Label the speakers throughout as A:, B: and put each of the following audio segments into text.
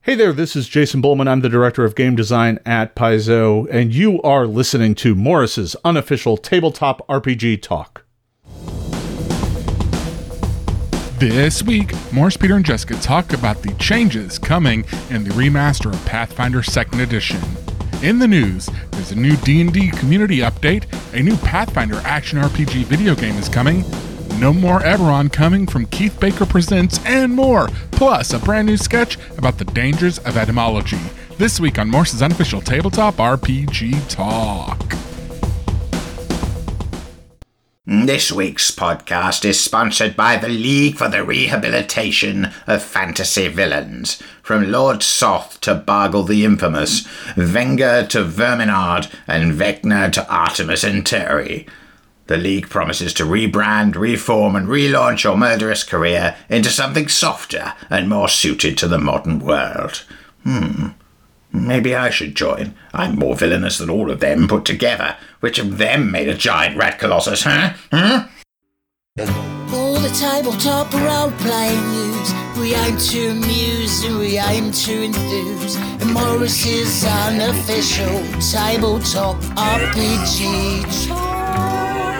A: Hey there, this is Jason Bullman. I'm the director of game design at Paizo, and you are listening to Morris's unofficial tabletop RPG talk.
B: This week, Morris, Peter, and Jessica talk about the changes coming in the remaster of Pathfinder 2nd Edition. In the news, there's a new D&D community update, a new Pathfinder action RPG video game is coming, no more Eberron coming from Keith Baker Presents, and more, plus a brand new sketch about the dangers of etymology. This week on Morse's unofficial tabletop RPG Talk.
C: This week's podcast is sponsored by the League for the Rehabilitation of Fantasy Villains. From Lord Soth to Bargle the Infamous, Venger to Verminard, and Vecna to Artemis and Terry. The League promises to rebrand, reform, and relaunch your murderous career into something softer and more suited to the modern world. Hmm, Maybe I should join. I'm more villainous than all of them put together. Which of them made a giant rat colossus, huh? Huh?
D: All the tabletop role-playing news We aim to amuse and we aim to enthuse And Morris's unofficial tabletop RPG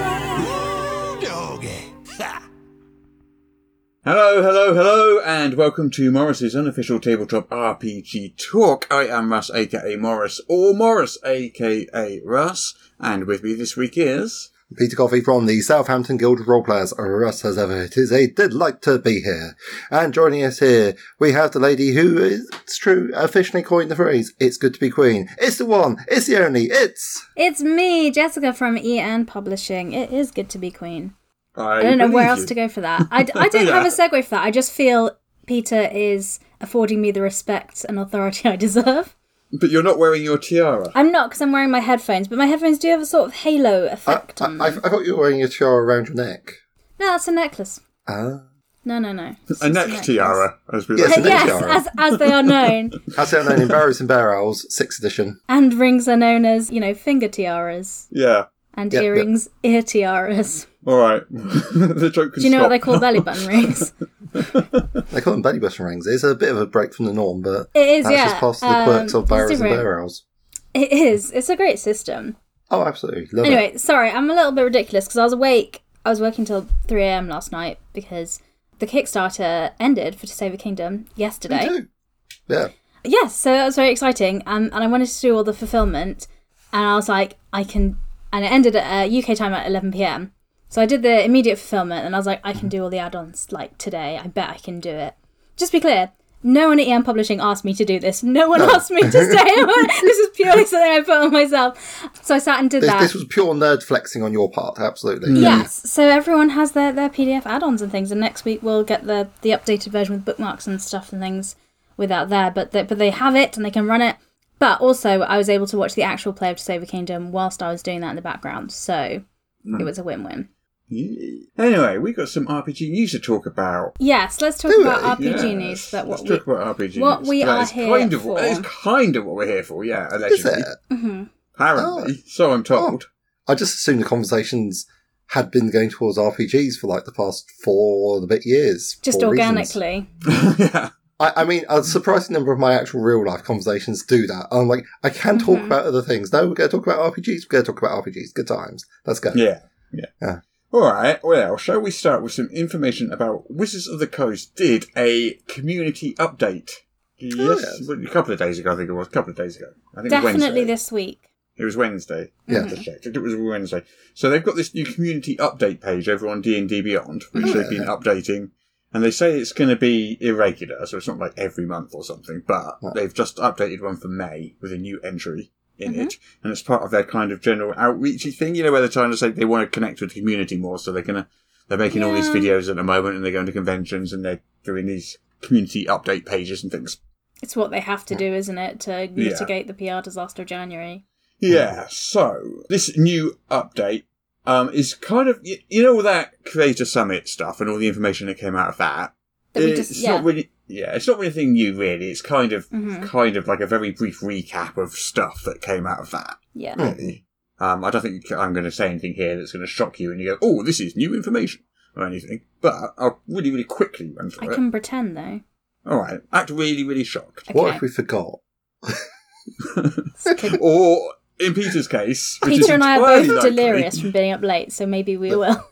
E: Hello, hello, hello, and welcome to Morris's unofficial tabletop RPG talk. I am Russ, aka Morris, or Morris, aka Russ, and with me this week is.
F: Peter Coffey from the Southampton Guild of Roleplayers, or us as ever. It is a delight to be here. And joining us here, we have the lady who, is- it's true, officially coined the phrase, it's good to be queen. It's the one, it's the only, it's...
G: It's me, Jessica from EN Publishing. It is good to be queen.
E: I,
G: I don't know where
E: believe
G: else
E: you.
G: to go for that. I, d- I don't
E: Yeah.
G: have a segue for that. I just feel Peter is affording me the respect and authority I deserve.
E: But you're not wearing your tiara.
G: I'm not because I'm wearing my headphones, but my headphones do have a sort of halo
F: I,
G: effect
F: I,
G: on
F: I, I
G: them.
F: thought you were wearing your tiara around your neck.
G: No, that's a necklace.
F: Ah.
G: No, no, no. It's just
E: A neck
G: necklace.
E: tiara, as we
F: Yes,
E: like
F: a
E: to
F: neck
E: call it.
G: Yes,
F: tiara.
G: as, as they are known.
F: That's our name in Barrows and Barrels, 6th edition.
G: and rings are known as, you know, finger tiaras.
E: Yeah.
G: And
F: Yep, yep.
G: earrings, ear tiaras.
E: All right. the joke can
G: Do you know
E: stop.
G: what they call belly button rings?
F: They call them belly button rings. It's a bit of a break from the norm, but
G: It is,
F: that's
G: yeah.
F: just part of the
G: Um,
F: quirks of
G: it's
F: Barrows and
G: different.
F: Barrels.
G: It is. It's a great system.
F: Oh, absolutely. Love it.
G: Anyway, sorry, I'm a little bit ridiculous because I was awake. I was working till 3 a.m. last night because the Kickstarter ended for To Save the Kingdom
F: Me
G: yesterday.
F: too. Yeah.
G: Yes, so that was very exciting. Um, and I wanted to do all the fulfillment. And I was like, I can. And it ended at uh, UK time at 11 p.m. So I did the immediate fulfillment and I was like, I can do all the add ons like today. I bet I can do it. Just be clear. No one at EM Publishing asked me to do this. No one asked me to stay. this is purely something I put on myself. So I sat and did
F: This,
G: that.
F: this was pure nerd flexing on your part,
E: Mm.
F: absolutely.
G: Yes. So everyone has their, their PDF add-ons and things, and next week we'll get the the updated version with bookmarks and stuff and things without there. But they, but they have it and they can run it. But also, I was able to watch the actual play of To Save the Kingdom whilst I was doing that in the background, so it was a win-win.
E: Yeah. Anyway, we got some RPG news to talk about.
G: Yes. Let's talk
F: Do
G: about
F: they?
G: RPG
E: Yes.
G: news. But what
E: Let's
G: we
E: talk about RPG
G: what
E: news.
G: we
E: That
G: are
E: is
G: here
E: kind of
G: for.
E: that is kind of what we're here for. Yeah,
F: Is
E: allegedly.
F: it? Oh.
E: Apparently, so I'm told.
F: I just assumed the conversations had been going towards RPGs for like the past four and a bit years.
G: just
F: for reasons.
G: organically.
E: yeah.
F: I, I mean, a surprising number of my actual real life conversations do that. I'm like, I can talk
G: Mm-hmm.
F: about other things. No, we're going to talk about RPGs. We're going to talk about RPGs. Good times. Let's go.
E: Yeah. Yeah.
F: Yeah.
E: All right. Well, shall we start with some information about Wizards of the Coast did a community update? Yes,
F: Oh, yes.
E: well, a couple of days ago, I think it was. A couple of days ago, I think it was
G: Definitely
E: Wednesday.
G: this week.
E: It was Wednesday.
F: Yeah.
E: I just checked. It was Wednesday. So they've got this new community update page over on D and D Beyond, which they've been updating, and they say it's going to be irregular, so it's not like every month or something. But they've just updated one for May with a new entry in it, and it's part of their kind of general outreachy thing. You know, where they're trying to say they want to connect with the community more, so they're gonna they're making all these
G: Yeah.
E: videos at the moment, and they're going to conventions, and they're doing these community update pages and things.
G: It's what they have to do, isn't it, to mitigate the PR disaster of January?
E: Yeah, so this new update um, is kind of, you, you know, all that Creator Summit stuff and all the information that came out of that. Eh,
G: That we
E: it's
G: just yeah. Mm-hmm.
E: not really, yeah, it's not really anything new, really. It's kind of, kind of like a very brief recap of stuff that came out of that.
G: yeah.
E: really. Um, I don't think I'm going to say anything here that's going to shock you and you go, oh, this is new information or anything. But I'll really, really quickly run
G: I
E: through it.
G: can pretend though.
E: All right. Act really, really shocked.
F: What
G: Okay.
F: if we forgot?
E: Or in Peter's case, which is
G: Peter and I are
E: entirely
G: both
E: likely-
G: delirious from being up late, so maybe we will.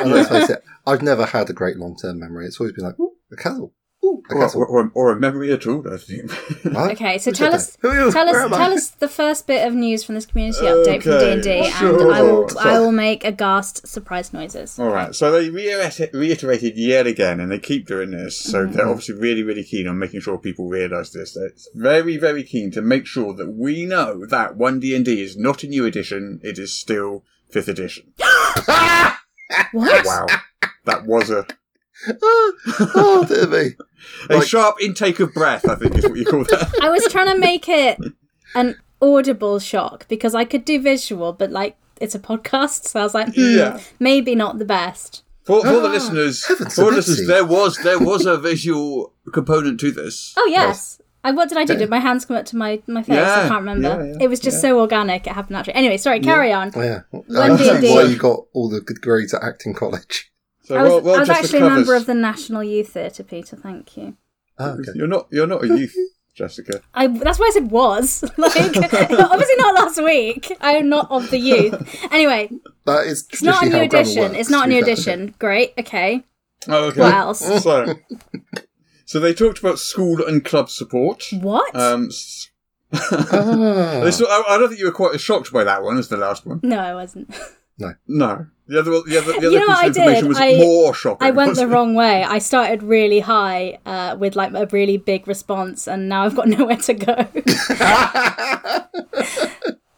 F: And let's face it, I've never had a great long term memory. It's always been like, ooh, a castle. Ooh, a
E: Or,
F: castle.
E: or, or, or a memory at all, I think.
F: What?
G: Okay, so
F: Who
G: tell
F: said
G: us,
F: that? Who-
G: tell
F: where
G: us,
F: am I?
G: tell us the first bit of news from this community update from D
E: Okay,
G: and D,
E: sure.
G: and I will, I
F: Sorry.
G: will make aghast surprise noises.
E: All right, so they reiter- reiterated yet again, and they keep doing this.
G: Mm.
E: So they're obviously really, really keen on making sure people realise this. They're very, very keen to make sure that we know that One D and D is not a new edition; it is still fifth edition.
G: What?
E: Wow, that was a
F: Ah, oh, dear me.
E: a
F: Like-
E: sharp intake of breath. I think is what you call that.
G: I was trying to make it an audible shock because I could do visual, but like it's a podcast, so I was like, hmm,
E: Yeah.
G: maybe not the best.
E: For, for
G: Ah,
E: the listeners, for
F: heavens
E: the
F: to
E: listeners,
F: Betsy.
E: there was there was a visual component to this.
G: Oh yes. I, what did I do? Did my hands come up to my, my face? I
E: Yeah,
G: can't remember.
E: yeah, yeah,
G: it was just so organic; it happened naturally. Anyway, sorry. Carry on.
F: Yeah.
G: One
F: I don't
G: D&D.
F: know why you got all the good grades at acting college.
E: So
G: I was,
E: well- well,
G: I was
E: just the
G: actually a member
E: covers.
G: of the National Youth Theatre, Peter. Thank you.
F: Oh, okay.
E: You're not you're not a youth, Jessica.
G: I, that's why I said was. Like, obviously not last week. I'm not of the youth. Anyway,
F: That is
G: it's not
F: traditionally
G: a new
F: how grammar
G: edition.
F: works,
G: it's not a
F: to be
G: new
F: fair.
G: edition. Great. Okay.
E: Oh, okay.
G: What else?
E: So, so they talked about school and club support.
G: What?
E: Um, s-
F: Ah,
E: this- I, I don't think you were quite as shocked by that one as the last one.
G: no, I wasn't.
E: No, the other the other, the other
G: You
E: piece
G: know what
E: of
G: I
E: information
G: did?
E: was
G: I-
E: more shocking.
G: I went the
E: wasn't
G: wrong way. I started really high uh, with like a really big response, and now I've got nowhere to go.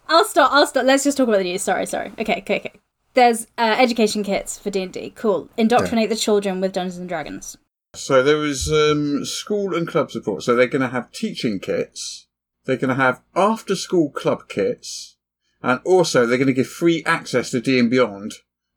G: I'll stop. I'll stop. Let's just talk about the news. Sorry, sorry. Okay, okay, okay. There's uh, education kits for D and D. Cool. Indoctrinate the children with Dungeons and Dragons.
E: it? So there was um, school and club support. So they're going to have teaching kits. They're going to have after school club kits, and also they're going to give free access to D and Beyond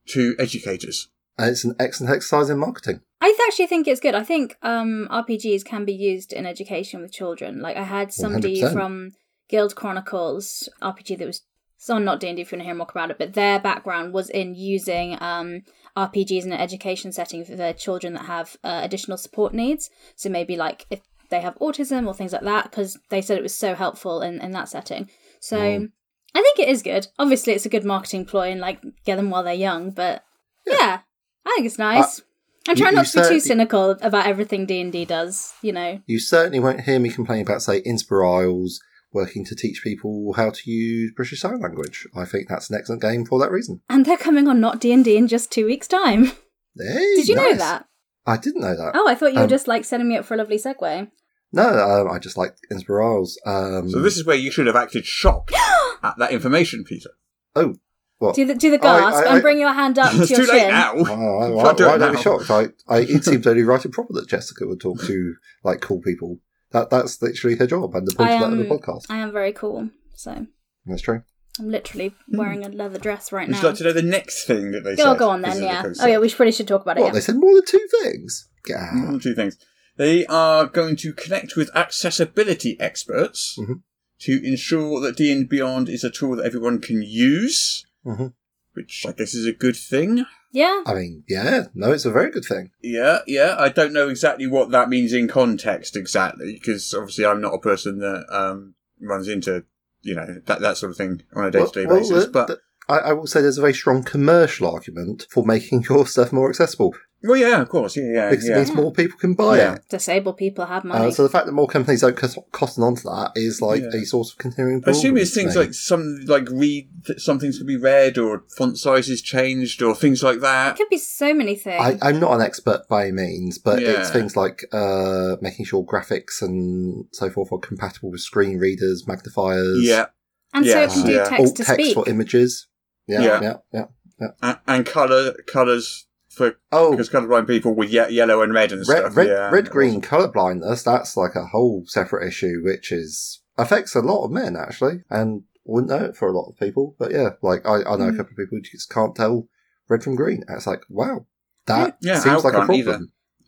E: to educators.
F: and it's an excellent exercise in marketing.
G: I th- actually think it's good. I think um, RPGs can be used in education with children. Like I had somebody
F: 100%.
G: from Guild Chronicles RPG that was it's on not D and D if you want to hear more about it, but their background was in using um, RPGs in an education setting for their children that have uh, additional support needs. So maybe like if they have autism or things like that, because they said it was so helpful in in that setting. So I think it is good. Obviously, it's a good marketing ploy and like get them while they're young. But yeah, I think it's nice. I'm
F: Uh, you-
G: trying
F: you
G: not to be
F: said-
G: too cynical about everything D and D does. You know,
F: You certainly won't hear me complain about, say, Inspiriles working to teach people how to use British Sign Language. I think that's an excellent game for that reason.
G: and they're coming on not D and D in just two weeks' time.
F: Hey,
G: Did you know
F: nice.
G: that?
F: I didn't know that.
G: Oh, I thought you were
F: Um,
G: just like setting me up for a lovely segue.
F: No, um, I just like Inspiriles. Um,
E: So this is where you should have acted shocked at that information, Peter.
F: Oh, what?
G: Do the do the
F: Oh, I-
G: gasp
F: I- I-
G: and bring your hand up to your
E: It's too
G: chin.
E: late now.
F: Oh, I,
E: You
F: I,
E: can't do
F: I,
E: it
F: I'd be
E: now.
F: shocked. I, I, it seems only right and proper that Jessica would talk to like cool people. That that's literally her job, and the point
G: I
F: of that of the
G: am
F: podcast.
G: I am very cool, so
F: That's true.
G: I'm literally
F: Hmm.
G: wearing a leather dress right
E: Would
G: now.
E: you like to know the next thing that they said?
G: oh, go on
E: This
G: then.
E: is
G: Yeah.
E: what they
G: Oh yeah,
E: said.
G: we should, probably should talk about it.
F: What
G: yeah.
F: they said more than two things. Yeah.
E: One or two things. They are going to connect with accessibility experts
F: Mhm.
E: to ensure that D and Beyond is a tool that everyone can use,
F: hmm
E: which I guess is a good thing.
G: yeah.
F: I mean, yeah, no, it's a very good thing.
E: Yeah, yeah. I don't know exactly what that means in context exactly, because obviously I'm not a person that um, runs into you know that that sort of thing on a day to day
F: Well- uh, well,
E: basis.
F: the-
E: but
F: the- I, I will say there's a very strong commercial argument for making your stuff more accessible
E: well, yeah, of course, yeah, yeah,
F: because it
E: yeah.
F: means more people can buy
E: Yeah.
F: it.
G: Disabled people have money.
F: Uh, so the fact that more companies don't cos- cotton onto that is like
E: Yeah.
F: a source of continuing.
E: I assume
F: problem
E: it's
F: to
E: things
F: me.
E: like some like read that some things can be read or font sizes changed or things like
G: It
E: that.
G: could be so many things.
F: I, I'm not an expert by any means, but it's
E: Yeah.
F: things like uh, making sure graphics and so forth are compatible with screen readers, magnifiers, uh,
E: Yeah,
G: and
E: Yes,
G: so it can do
E: yeah.
G: text
F: alt
G: to
F: Oh, text
G: speak.
F: for images. Yeah, yeah,
E: Yeah.
F: yeah. yeah.
E: and, and color colors for
F: Oh,
E: because colorblind people were ye- yellow and red and
F: red,
E: stuff.
F: red,
E: yeah.
F: red green colour blindness. That's like a whole separate issue, which is affects a lot of men actually, and wouldn't know it for a lot of people. But yeah, like I, I know
G: Mm.
F: a couple of people who just can't tell red from green. And it's like wow, that
E: Yeah, I
F: seems like a
E: can't
F: problem.
E: either.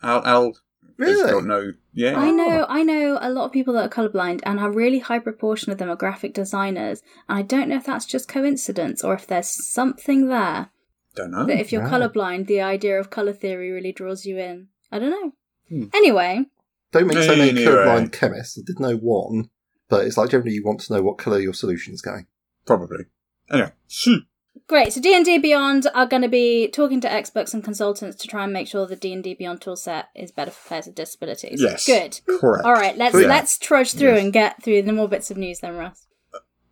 E: Al, Al
F: Really? Oh.
E: don't know. Yeah,
G: I know, I know a lot of people that are colorblind, and a really high proportion of them are graphic designers. And I don't know if that's just coincidence or if there's something there
E: don't know.
G: that if you're
F: right.
E: Hmm.
G: colorblind, the idea of color theory really draws you in. I don't know. Anyway,
F: Don't mean to say
E: Yeah,
F: they
E: yeah,
F: could
E: yeah.
F: line chemists. I did know one, but it's like generally you want to know what colour your solution's going.
E: Probably. Anyway, shoot.
G: Great. So D and D Beyond are going to be talking to experts and consultants to try and make sure the D and D Beyond toolset is better for players with disabilities.
E: Yes.
G: Good.
E: Correct.
G: All right. Let's
E: Yeah.
G: let's trudge through
E: Yes.
G: and get through the more bits of news then, Russ.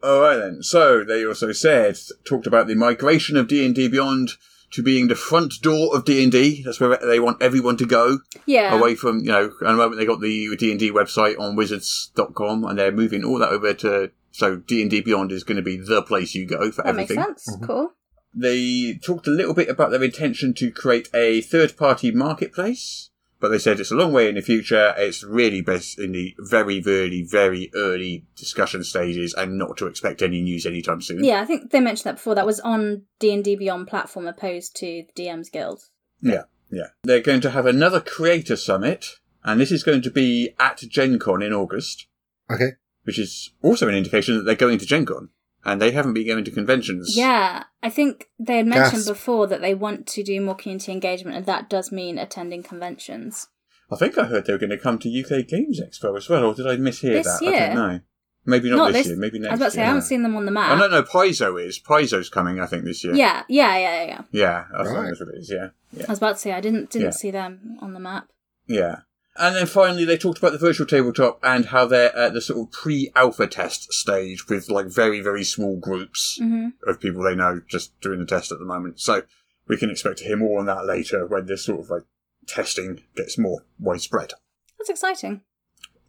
E: All right then. So they also said talked about the migration of D and D Beyond to being the front door of D and D. That's where they want everyone to go
G: Yeah.
E: away from you know. At the moment, they got the D and D website on Wizards.com, and they're moving all that over to. So D and D Beyond is going to be the place you go for
G: that
E: everything. Mm-hmm.
G: makes sense. Cool.
E: They talked a little bit about their intention to create a third party marketplace, but they said it's a long way in the future. It's really best in the very, very, very early discussion stages and not to expect any news anytime soon.
G: Yeah, I think they mentioned that before. That was on D and D Beyond platform opposed to the DM's Guild.
E: Yeah. Yeah. They're going to have another creator summit, and this is going to be at Gen Con in August,
F: Okay.
E: which is also an indication that they're going to Gen Con. And they haven't been going to conventions.
G: Yeah, I think they had mentioned
F: Gasp.
G: before that they want to do more community engagement, and that does mean attending conventions.
E: I think I heard they were going to come to UK Games Expo as well, or did I mishear
G: This
E: that? I
G: year?
E: don't know. Maybe not, this, year, maybe
G: I
E: next
G: was about to say
E: year.
G: I haven't seen them on the map.
E: Oh, no, no, Paizo is. Paizo's coming, I think, this year.
G: Yeah, yeah, yeah, yeah. yeah.
E: Yeah, I think
F: Right.
E: that's what it is, yeah. Yeah.
G: I was about to say I didn't didn't
E: Yeah.
G: see them on the map.
E: Yeah. And then finally, they talked about the virtual tabletop and how they're at the sort of pre-alpha test stage with like very, very small groups
G: hmm
E: of people they know just doing the test at the moment. So we can expect to hear more on that later when this sort of like testing gets more widespread.
G: That's exciting.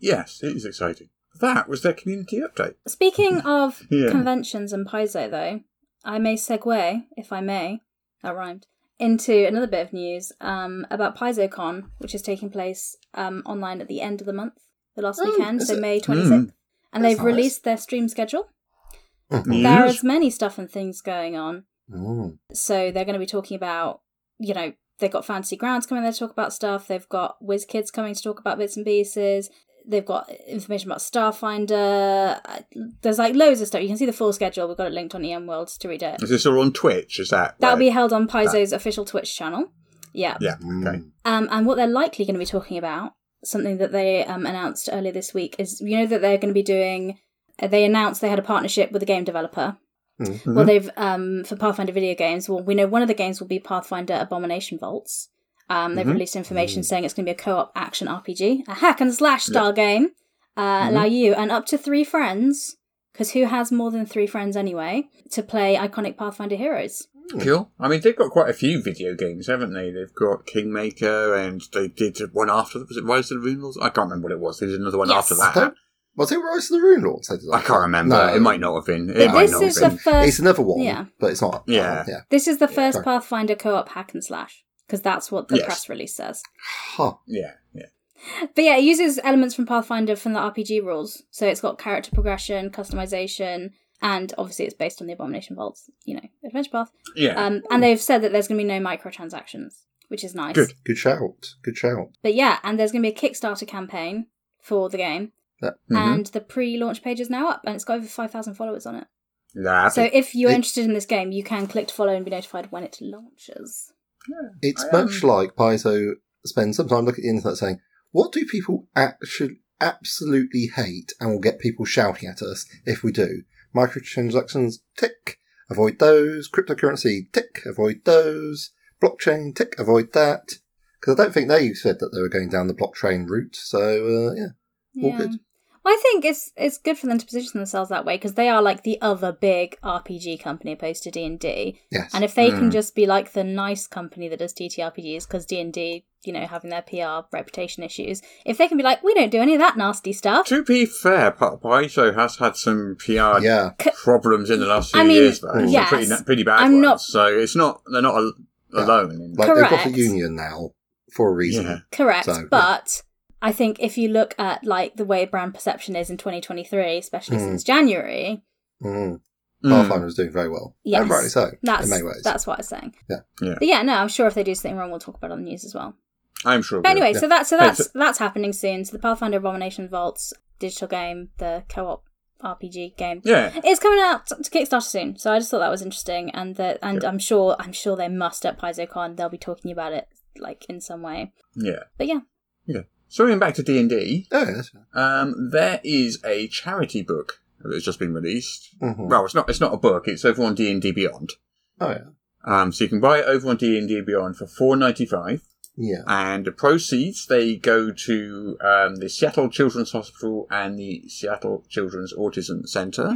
E: Yes, it is exciting. That was their community update.
G: Speaking of
E: Yeah.
G: conventions and Paizo, though, I may segue, if I may, that rhymed, into another bit of news um, about PaizoCon, which is taking place um, online at the end of the month, the last weekend,
F: Mm, is
G: so
F: it?
G: May 26th. And
F: Hmm. That's
G: they've
F: nice.
G: released their stream schedule. There
E: Yes.
G: is many stuff and things going on.
F: Mm.
G: So they're going to be talking about, you know, they've got Fantasy Grounds coming there to talk about stuff. They've got Whiz Kids coming to talk about bits and pieces. They've got information about Starfinder. Uh, There's like loads of stuff. You can see the full schedule. We've got it linked on EM Worlds to read it.
E: Is this all on Twitch? Is that
G: That'll be
E: where-
G: held on Paizo's official Twitch channel. Yeah.
E: yeah. Okay.
F: Mm.
G: Um, and what they're likely going to be talking about, something that they um, announced earlier this week, is you know that they're going to be doing. uh, They announced they had a partnership with a game developer. Well, they've um, for Pathfinder video games. Well, we know one of the games will be Pathfinder Abomination Vaults. Um, they've released information saying it's going to be a co-op action RPG, a hack and slash style game. Uh, Allow you and up to three friends, because who has more than three friends anyway, to play iconic Pathfinder heroes.
E: Cool. I mean, they've got quite a few video games, haven't they? They've got Kingmaker, and they did one after that. Was it Rise of the Rune Lords? I can't remember what it was. They did another one
G: Yes.
E: after
F: I
E: that.
F: don't- was it Rise of the Rune Lords?
E: I can't remember.
F: No.
E: It might not have been. It
G: But
E: might
G: this
E: not have
G: is the
E: been.
G: first.
F: It's another one,
G: Yeah.
F: but it's not.
E: Yeah.
F: yeah.
G: This is the first
F: Sorry.
G: Pathfinder co-op hack and slash because that's what the
E: Yes.
G: press release says.
F: Huh.
E: yeah, yeah.
G: But yeah, it uses elements from Pathfinder from the RPG rules, so it's got character progression, customization, and obviously it's based on the Abomination Vaults, you know, adventure path.
E: Yeah.
G: Um, and they've said that there's going to be no microtransactions, which is nice.
E: Good.
F: Good shout. Good shout.
G: But yeah, and there's going to be a Kickstarter campaign for the game,
F: That-
G: and the pre-launch page is now up, and it's got over five thousand followers on it.
E: Nah, I
G: So
E: think-
G: if you're
F: It-
G: interested in this game, you can click to follow and be notified when it launches.
F: It's
E: I, um,
F: much like Paizo spends some time looking at the internet saying, what do people actually absolutely hate and will get people shouting at us if we do? Microtransactions, tick. Avoid those. Cryptocurrency, tick. Avoid those. Blockchain, tick. Avoid that. Because I don't think they said that they were going down the blockchain route. So, uh, yeah. All good.
G: Well, I think it's it's good for them to position themselves that way because they are like the other big RPG company opposed to D and D.
F: Yes. Hmm.
G: And if they can just be like the nice company that does TTRPGs because D and D, you know, having their PR reputation issues, if they can be like, we don't do any of that nasty stuff.
E: to be fair, Pa- Paizo has had some PR
F: yeah.
E: problems in the last few
G: I mean,
E: years, though. Some
G: yes.
E: pretty, na- pretty bad
G: I'm
E: ones.
G: not-
E: So it's not they're not al-
F: Yeah.
E: alone. In
F: Like, they've got
G: Correct.
F: a union now for a reason.
E: Yeah.
G: Correct,
F: So, yeah.
G: but I think if you look at like the way brand perception is in 2023, especially
F: Mm.
G: since January,
F: Mm.
E: Mm.
F: Pathfinder is doing very well.
G: Yes.
F: And rightly so,
G: that's
F: in many ways.
G: that's what I was saying.
F: Yeah.
E: Yeah.
G: But yeah, no, I'm sure if they do something wrong, we'll talk about it on the news as well.
E: I'm sure.
G: But anyway,
F: Yeah.
G: so that's so
E: Hey,
G: that's
E: so-
G: that's happening soon. So the Pathfinder Abomination Vaults digital game, the co-op RPG game,
E: Yeah.
G: it's coming out to Kickstarter soon. So I just thought that was interesting, and that and I'm sure I'm sure they must at PaizoCon. They'll be talking about it like in some way.
E: Yeah.
G: But yeah,
E: Yeah. Swinging back to D and D,
F: Oh, that's right.
E: um, there is a charity book that's just been released. Well, it's not. It's not a book. It's over on D and D Beyond.
F: Oh, yeah.
E: Um, so you can buy it over on D and D Beyond for four ninety five,
F: Yeah.
E: and the proceeds they go to um, the Seattle Children's Hospital and the Seattle Children's Autism center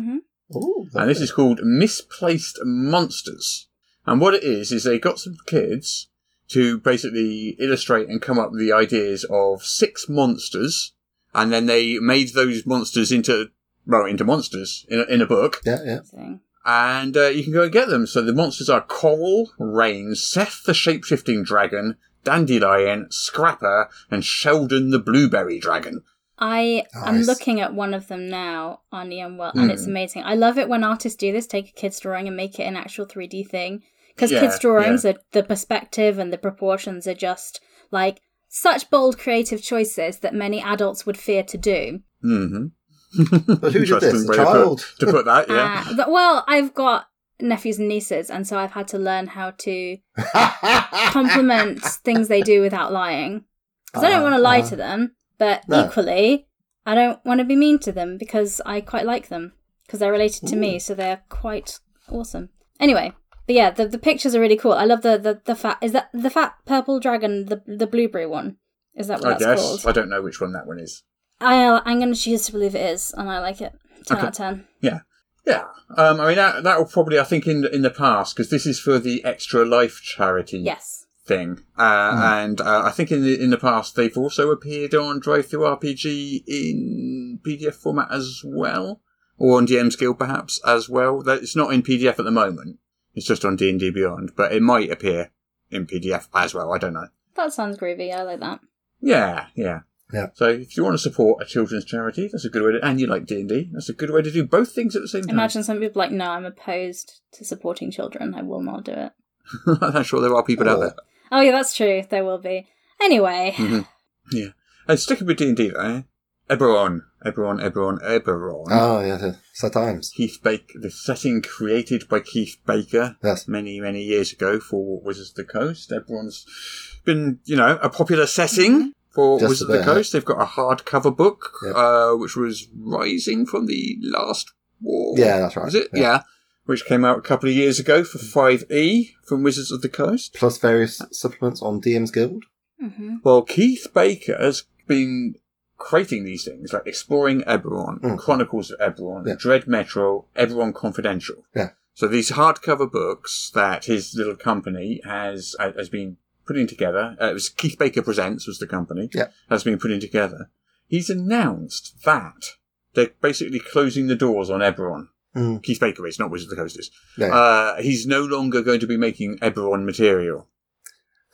F: Ooh,
E: and this is called Misplaced Monsters. And what it is, is they got some kids to basically illustrate and come up with the ideas of six monsters, and then they made those monsters into, well, into monsters in a, in a book,
F: yeah, yeah.
G: Amazing.
E: and uh, you can go and get them. So the monsters are Coral, Rain, Seth the Shapeshifting Dragon, Dandelion, Scrapper, and Sheldon the Blueberry Dragon.
G: I am
F: Nice.
G: looking at one of them now on Ian Well, and
E: Hmm.
G: it's amazing. I love it when artists do this, take a kid's drawing and make it an actual 3D thing. Because
E: Yeah,
G: kids' drawings,
E: yeah.
G: are, the perspective and the proportions are just like such bold creative choices that many adults would fear to do.
E: Mm-hmm.
F: But who did this? A
E: to
F: child?
E: put, to put that, yeah.
G: Uh, but- well, I've got nephews and nieces, and so I've had to learn how to compliment things they do without lying. Because I don't want to lie to them, but
F: No.
G: equally, I don't want to be mean to them because I quite like them because they're related to me, so they're quite awesome. Anyway, but yeah, the, the pictures are really cool. I love the, the the fat is that the fat purple dragon, the the blueberry one. Is that what
E: I
G: that's
E: guess.
G: called?
E: I don't know which one that one is.
G: I, uh, I'm going to choose to believe it is, and I like it. Ten out of ten.
E: Yeah, yeah. Um, I mean, that that will probably, I think, in in the past because this is for the Extra Life charity
G: Yes.
E: thing, uh, and uh, I think in the in the past they've also appeared on Drive Through RPG in PDF format as well, or on DM's Guild perhaps as well. That it's not in PDF at the moment; it's just on D and D Beyond, but it might appear in PDF as well. I don't know.
G: That sounds groovy. I like that.
E: Yeah, yeah.
F: Yeah.
E: So if you want to support a children's charity, that's a good way to, and you like D and D, that's a good way to do both things at the same time.
G: Imagine some people like, no, I'm opposed to supporting children. I will not do it.
E: I'm sure there are people out there.
G: Oh yeah, that's true. There will be. Anyway,
E: Yeah. Uh, sticking with D and D though, eh? Eberron, Eberron, Eberron, Eberron.
F: Oh, yeah. the- Sometimes.
E: Keith Baker, the setting created by Keith Baker
F: Yes.
E: many, many years ago for Wizards of the Coast. Eberron's been, you know, a popular setting for
F: Just
E: Wizards of
F: a
E: the
F: bit, eh?
E: Coast. They've got a hardcover book,
F: Yep.
E: uh, which was Rising from the Last War.
F: Yeah, that's right.
E: Was it?
F: Yeah.
E: Yeah. Which came out a couple of years ago for 5e from Wizards of the Coast.
F: Plus various supplements on DM's Guild.
E: Mm-hmm.
G: hmm
E: Well, Keith Baker has been creating these things, like Exploring Eberron,
F: Mm.
E: Chronicles of Eberron,
F: Yeah.
E: Dread Metro, Eberron Confidential.
F: Yeah.
E: So these hardcover books that his little company has uh, has been putting together. Uh, it was Keith Baker Presents was the company.
F: Yeah.
E: Has been putting together. He's announced that they're basically closing the doors on Eberron.
F: Mm.
E: Keith Baker is not Wizard of the Coast is.
F: No.
E: Uh, he's no longer going to be making Eberron material.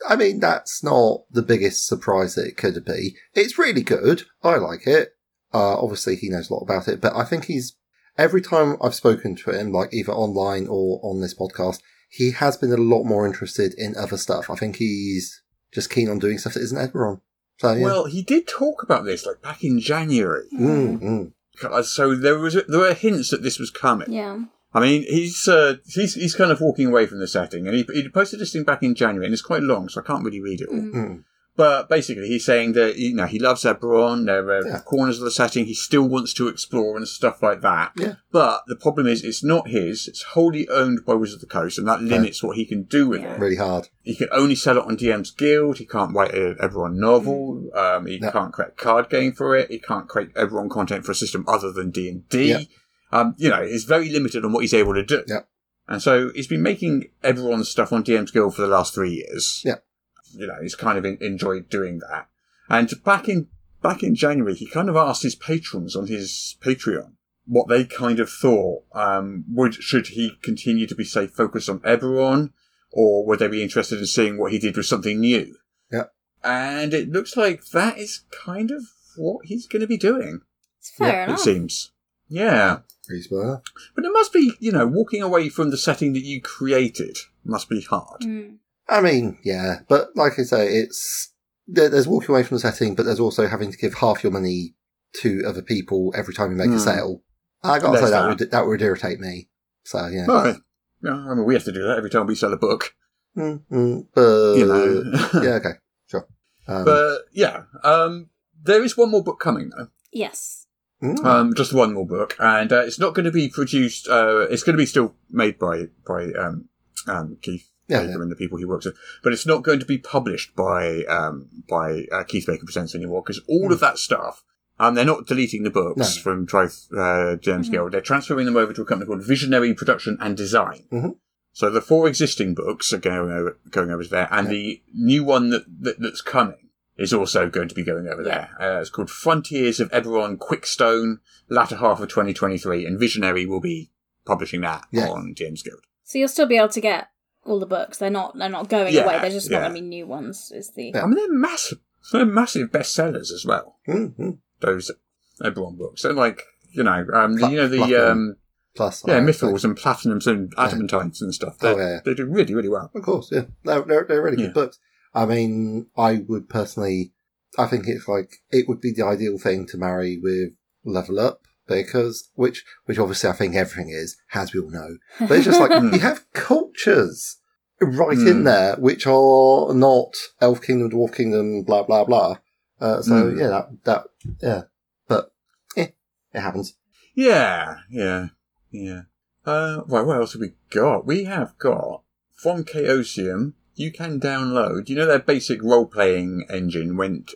F: I mean, that's not the biggest surprise that it could be. It's really good. I like it. Uh, obviously, he knows a lot about it, but I think he's every time I've spoken to him, like either online or on this podcast, he has been a lot more interested in other stuff. I think he's just keen on doing stuff that isn't Eberron. So yeah,
E: Well, he did talk about this like back in January.
F: mm, mm.
E: God, So there was there were hints that this was coming.
G: Yeah.
E: I mean, he's uh, he's he's kind of walking away from the setting, and he, he posted this thing back in January, and it's quite long, so I can't really read it all.
F: Mm.
E: But basically, he's saying that you know he loves Eberron, there are
F: Yeah.
E: corners of the setting he still wants to explore and stuff like that.
F: Yeah.
E: But the problem is, it's not his; it's wholly owned by Wizards of the Coast, and that limits what he can do with it
F: really hard.
E: he can only sell it on DM's Guild. He can't write a everyone novel. Um, he
F: No.
E: can't create a card game for it. He can't create everyone content for a system other than D and
F: Yeah.
E: D. Um, You know, it's very limited on what he's able to do.
F: Yeah.
E: And so he's been making everyone's stuff on DM's Guild for the last three years.
F: Yeah.
E: You know, he's kind of en- enjoyed doing that. And back in back in January, he kind of asked his patrons on his Patreon what they kind of thought. Um, would should he continue to be say focused on Eberron, or would they be interested in seeing what he did with something new?
F: Yeah.
E: And it looks like that is kind of what he's going to be doing.
G: It's fair
E: It
G: enough.
E: seems. Yeah.
F: He's, uh,
E: But it must be, you know, walking away from the setting that you created must be hard.
G: Mm.
F: I mean, yeah, but like I say, it's there- there's walking away from the setting, but there's also having to give half your money to other people every time you make a
E: Hmm.
F: sale. I gotta
E: That's
F: say that
E: fair.
F: would that would irritate me. So yeah,
E: Right. Yeah, I mean, we have to do that every time we sell a book.
F: Mm, mm, but-
E: You know.
F: yeah, okay, sure. Um,
E: But yeah, um, There is one more book coming though.
G: Yes.
F: mm,
E: Um, just one more book, and uh, it's not going to be produced. Uh, it's going to be still made by by um, um, Keith
F: Yeah,
E: Baker
F: yeah.
E: and the people he works with, but it's not going to be published by um, by uh, Keith Baker Presents anymore because all of that stuff. Um, they're not deleting the books
F: Hmm. No.
E: from Drive uh, James Guild. They're transferring them over to a company called Visionary Production and Design.
F: Mhm.
E: So the four existing books are going over, going over there, and the new one that, that that's coming is also going to be going over there. Uh, it's called Frontiers of Eberron Quickstone, latter half of 2023, and Visionary will be publishing that
F: Yeah.
E: on James Guild.
G: So you'll still be able to get all the books. They're not. They're not going
E: Yeah,
G: away. They're just
E: yeah.
G: not going to be new ones. Is the
F: Yeah.
E: I mean, they're massive, they're massive bestsellers as well.
F: Mhm.
E: Those Eberron books. They're like you know, um,
F: Pla-
E: you know the
F: platinum.
E: um,
F: Plus,
E: yeah,
F: I-
E: Mithrils and Platinums and Adamantines and stuff. They
F: Oh, yeah.
E: they do really really well.
F: Of course, yeah. They're, they're, they're really good
E: Yeah.
F: books. I mean, I would personally, I think it's like, it would be the ideal thing to marry with Level Up because, which, which obviously I think everything is, as we all know. But it's just like, you have cultures right in
E: Hmm.
F: there, which are not Elf Kingdom, Dwarf Kingdom, blah, blah, blah. Uh, so
E: Hmm.
F: yeah, that, that, yeah. But, eh, it happens.
E: Yeah, yeah, yeah. Uh, right, what else have we got? We have got from Chaosium. You can download. You know their basic role playing engine went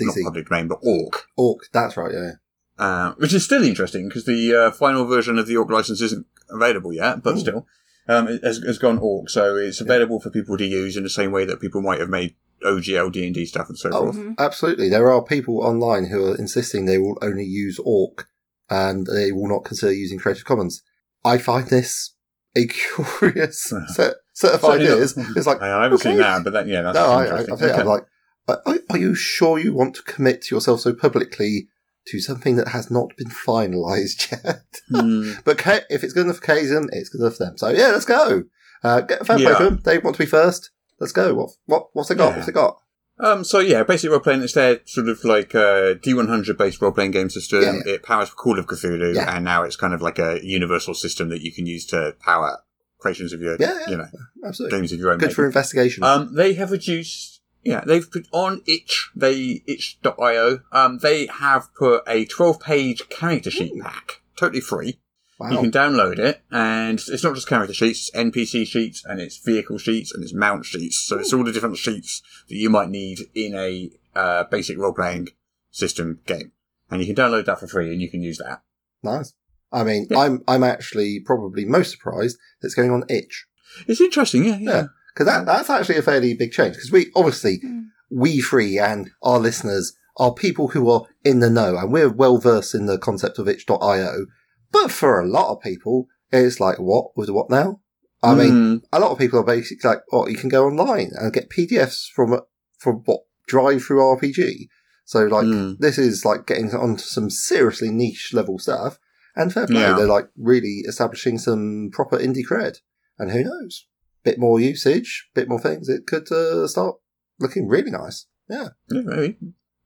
E: not
F: CC.
E: public domain, but Orc,
F: Orc, that's right, yeah.
E: uh, which is still interesting because the uh, final version of the Orc license isn't available yet, but
F: Ooh.
E: still, um, it has, has gone Orc, so it's available for people to use in the same way that people might have made OGL D and D stuff and so
F: Oh,
E: forth.
G: Mm-hmm.
F: absolutely. There are people online who are insisting they will only use Orc and they will not consider using Creative Commons. I find this a curious set, set of
E: Certainly not-
F: ideas. It's like,
E: I haven't seen
F: okay.
E: that, but that, yeah, that's
F: no, I, I, I
E: interesting.
F: think I'm
E: Okay.
F: like, are- are, are you sure you want to commit yourself so publicly to something that has not been finalized yet?
E: Hmm.
F: but Ca- if it's good enough for Kazan, it's good enough for them. So yeah, let's go. Uh, get a fan
E: Yeah.
F: play for them. They want to be first. Let's go. What, what, what's it got?
E: Yeah.
F: What's it got?
E: Um, so yeah, basically role playing is their sort of like uh, D100 based role playing game system.
F: Yeah,
E: It powers Call of Cthulhu,
F: Yeah.
E: and now it's kind of like a universal system that you can use to power creations of your,
F: Yeah, yeah.
E: you know,
F: Absolutely.
E: games of your own.
F: Good for
E: making.
F: investigation.
E: um, they have reduced. Yeah, they've put on itch. They itch.io. Um, they have put a 12 page character sheet pack, totally free.
F: wow.
E: You can download it, and it's not just character sheets, it's NPC sheets, and it's vehicle sheets, and it's mount sheets. So it's all the different sheets that you might need in a uh, basic role playing system game. And you can download that for free, and you can use that.
F: Nice. I mean,
E: Yeah.
F: I'm I'm actually probably most surprised that it's going on itch
E: It's interesting, yeah, yeah.
F: Yeah. because that that's actually a fairly big change because we obviously we three and our listeners are people who are in the know and we're well versed in the concept of itch.io, but for a lot of people it's like what with what now? I mean,
E: Mm,
F: a lot of people are basically like, oh, you can go online and get PDFs from from what drive through RPG. So like
E: Mm.
F: this is like getting onto some seriously niche level stuff. And fair play,
E: Yeah.
F: they're like really establishing some proper indie cred. And who knows? Bit more usage, bit more things. It could uh, start looking really nice. Yeah.
E: yeah, maybe.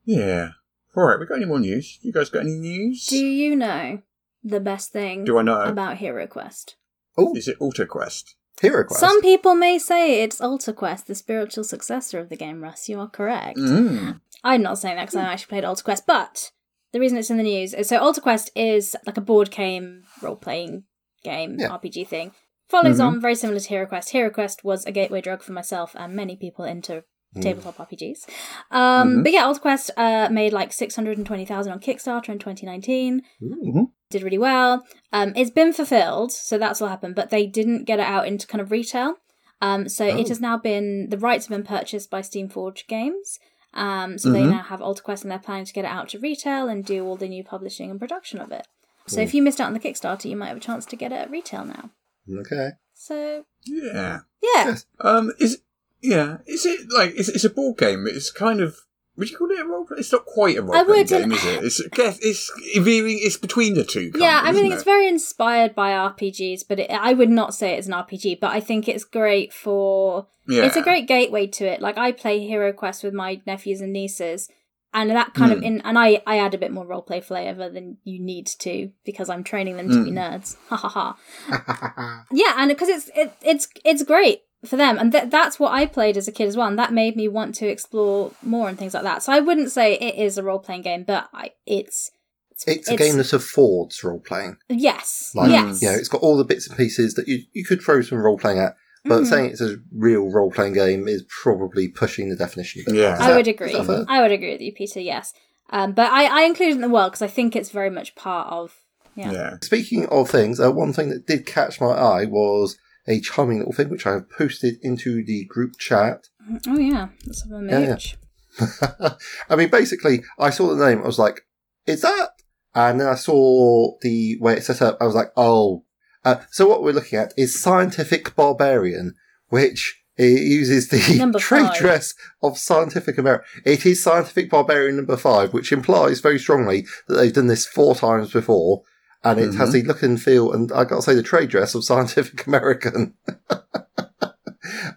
E: Yeah. All right, we got any more news? You guys got any news?
G: Do you know the best thing
E: Do I know?
G: about Hero Quest?
F: Oh,
E: Is it AutoQuest?
F: Hero Quest.
G: Some people may say it's Alter Quest, the spiritual successor of the game, Russ. You are correct.
E: Mm.
G: I'm not saying that because
E: Hmm.
G: I actually played Alter Quest, but the reason it's in the news is so Alter Quest is like a board game role playing game
F: Yeah.
G: RPG thing. Follows
E: Mhm.
G: on very similar to Hero Quest. Hero Quest was a gateway drug for myself and many people into tabletop RPGs. Um,
E: Mhm.
G: But yeah, Alter Quest uh, made like 620,000 on Kickstarter in 2019 did really well. Um, it's been fulfilled, so that's what happened, but they didn't get it out into kind of retail. Um, so it
F: Oh.
G: has now been the rights have been purchased by Steamforge Games. Um, so they
E: Mhm.
G: now have Alter Quest, and they're planning to get it out to retail and do all the new publishing and production of it. So if you missed out on the Kickstarter, you might have a chance to get it at retail now.
F: Okay.
G: So
E: Yeah.
G: yeah,
F: Yes.
E: Um, is yeah, is it like it's, it's a board game? It's kind of would you call it a role play? It's not quite a role play
G: wouldn't-
E: game, is it? It's it's it's veering. It's between the two. Kind
G: yeah.
E: of,
G: I mean,
E: isn't
G: it's
E: it?
G: very inspired by RPGs, but it, I would not say it's an RPG. But I think it's great for
E: Yeah.
G: It's a great gateway to it. Like I play Hero Quest with my nephews and nieces, and that kind of
F: Hmm.
E: Mm.
G: in and I I add a bit more roleplay flavour than you need to because I'm
F: Hmm.
G: training them to be nerds. Ha ha ha. Yeah, and because it's it, it's it's great for them. And th- that's what I played as a kid as well. And that made me want to explore more and things like that. So I wouldn't say it is a role playing game, but I, it's,
F: It's a game that affords role playing.
G: Yes.
F: Like,
G: yes.
F: you know, it's got all the bits and pieces that you, you could throw some role playing at,
G: Mm-hmm.
F: but saying it's a real role playing game is probably pushing the definition. a bit.
E: Yeah.
F: Is
G: I
F: that-
G: would
F: is
G: agree.
F: that fair?
G: I would agree with you, Peter. Yes, um, but I, I include it in the world because I think it's very much part of. Yeah.
E: Yeah.
F: Speaking of things, uh, one thing that did catch my eye was a charming little thing which I have posted into the group chat.
G: Oh yeah, let's have a
F: Yeah, yeah.
G: mooch.
F: I mean, basically, I saw the name, I was like, is that? And then I saw the way it's set up, I was like, oh. Uh, so what we're looking at is Scientific Barbarian, which it uses the
G: Number
F: trade
G: five.
F: dress of Scientific America. It is Scientific Barbarian number five, which implies very strongly that they've done this four times before. And it has the look and feel, and I gotta say, the trade dress of Scientific American.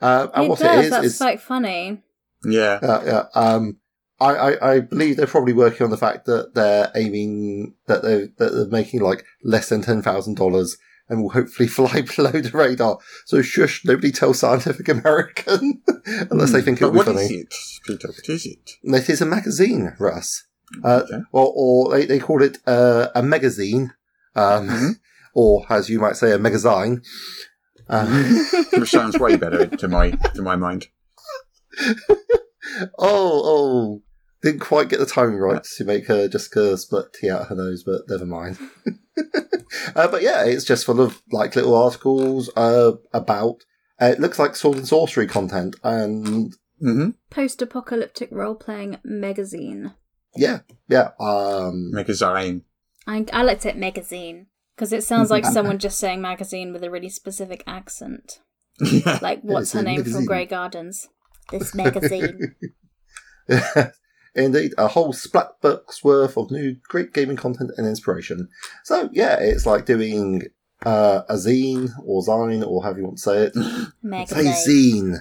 F: um, and
G: it
F: what
G: does.
F: it is
G: That's
F: is
G: like funny.
E: Yeah.
F: yeah, yeah. Um, I, I, I believe they're probably working on the fact that they're aiming that they're, that they're making like less than ten thousand dollars and will hopefully fly below the radar. So shush, nobody tell Scientific American unless they think it'll
E: Hmm, But
F: be
E: what
F: funny.
E: is it, Peter? What is it?
F: It is a magazine, Russ. Uh,
E: Okay.
F: Or, or they, they call it uh, a magazine, um,
E: Mm-hmm.
F: or as you might say, a magazine. Uh,
E: Mm-hmm. Which sounds way better to my to my mind.
F: Oh, oh, didn't quite get the timing right to make uh, Jessica split tea out her nose, but never mind. uh, but yeah, it's just full of like little articles uh, about. Uh, it looks like sword and sorcery content, and
E: Mm-hmm.
G: Post-apocalyptic role-playing magazine.
F: yeah, yeah. Um,
E: Magazine.
G: I, I liked it magazine because it sounds like someone just saying magazine with a really specific accent.
E: Yeah.
G: Like what's
F: It's a
G: her name
F: magazine.
G: from Grey Gardens? This magazine.
F: Indeed, a whole splat book's worth of new great gaming content and inspiration. So yeah, it's like doing uh, a zine or zine or however you want to say it. Say
G: magazine.
F: zine,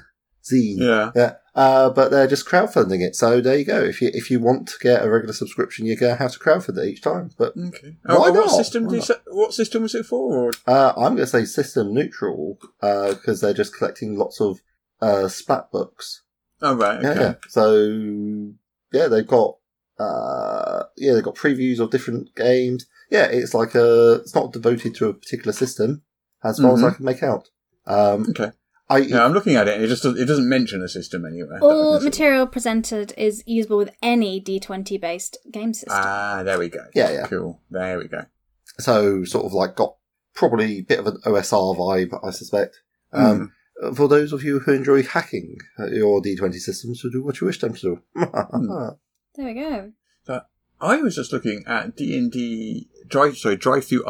F: zine.
E: Yeah.
F: Yeah, uh, but they're just crowdfunding it. So there you go. If you if you want to get a regular subscription, you're gonna have to crowdfund it each time. But
E: Okay. Uh,
F: Why
E: what
F: not?
E: system
F: Why
E: do you
F: not?
E: say, what system was it for? Or
F: uh, I'm gonna say system neutral because they're just collecting lots of uh, splat books.
E: oh right,
F: Yeah,
E: okay.
F: yeah. So yeah, they've got uh, yeah they've got previews of different games. Yeah, it's like a it's not devoted to a particular system as
E: Mm-hmm.
F: far as I can make out. Um,
E: Okay.
F: I
E: Yeah, I'm looking at it. and It just does, it doesn't mention a system anywhere. that I
G: All
E: can see.
G: material presented is usable with any D20 based game system.
E: Ah, there we go.
F: Yeah, yeah.
E: Cool. There we go.
F: so sort of like got probably a bit of an OSR vibe, I suspect. Um,
E: Hmm.
F: For those of you who enjoy hacking uh, your D20 systems to do what you wish them to do.
E: Hmm.
G: there we go.
E: So I was just looking at D and D drive sorry drive through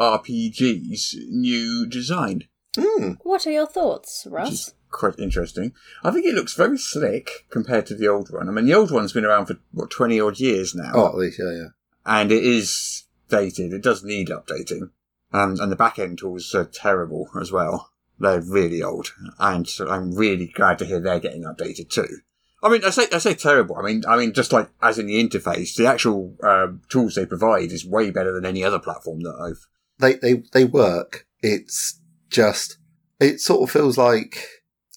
E: RPG's new design,
F: Hmm.
G: What are your thoughts,
E: which
G: Russ?
E: is quite interesting. I think it looks very slick compared to the old one. I mean, the old one's been around for what twenty odd years now.
F: Oh, at least, yeah, yeah.
E: and it is dated. It does need updating, um, and the back end tools are terrible as well. They're really old, and so I'm really glad to hear they're getting updated too. I mean, I say I say terrible. I mean, I mean just like as in the interface, the actual um tools they provide is way better than any other platform that I've.
F: They, they, they work. It's just, it sort of feels like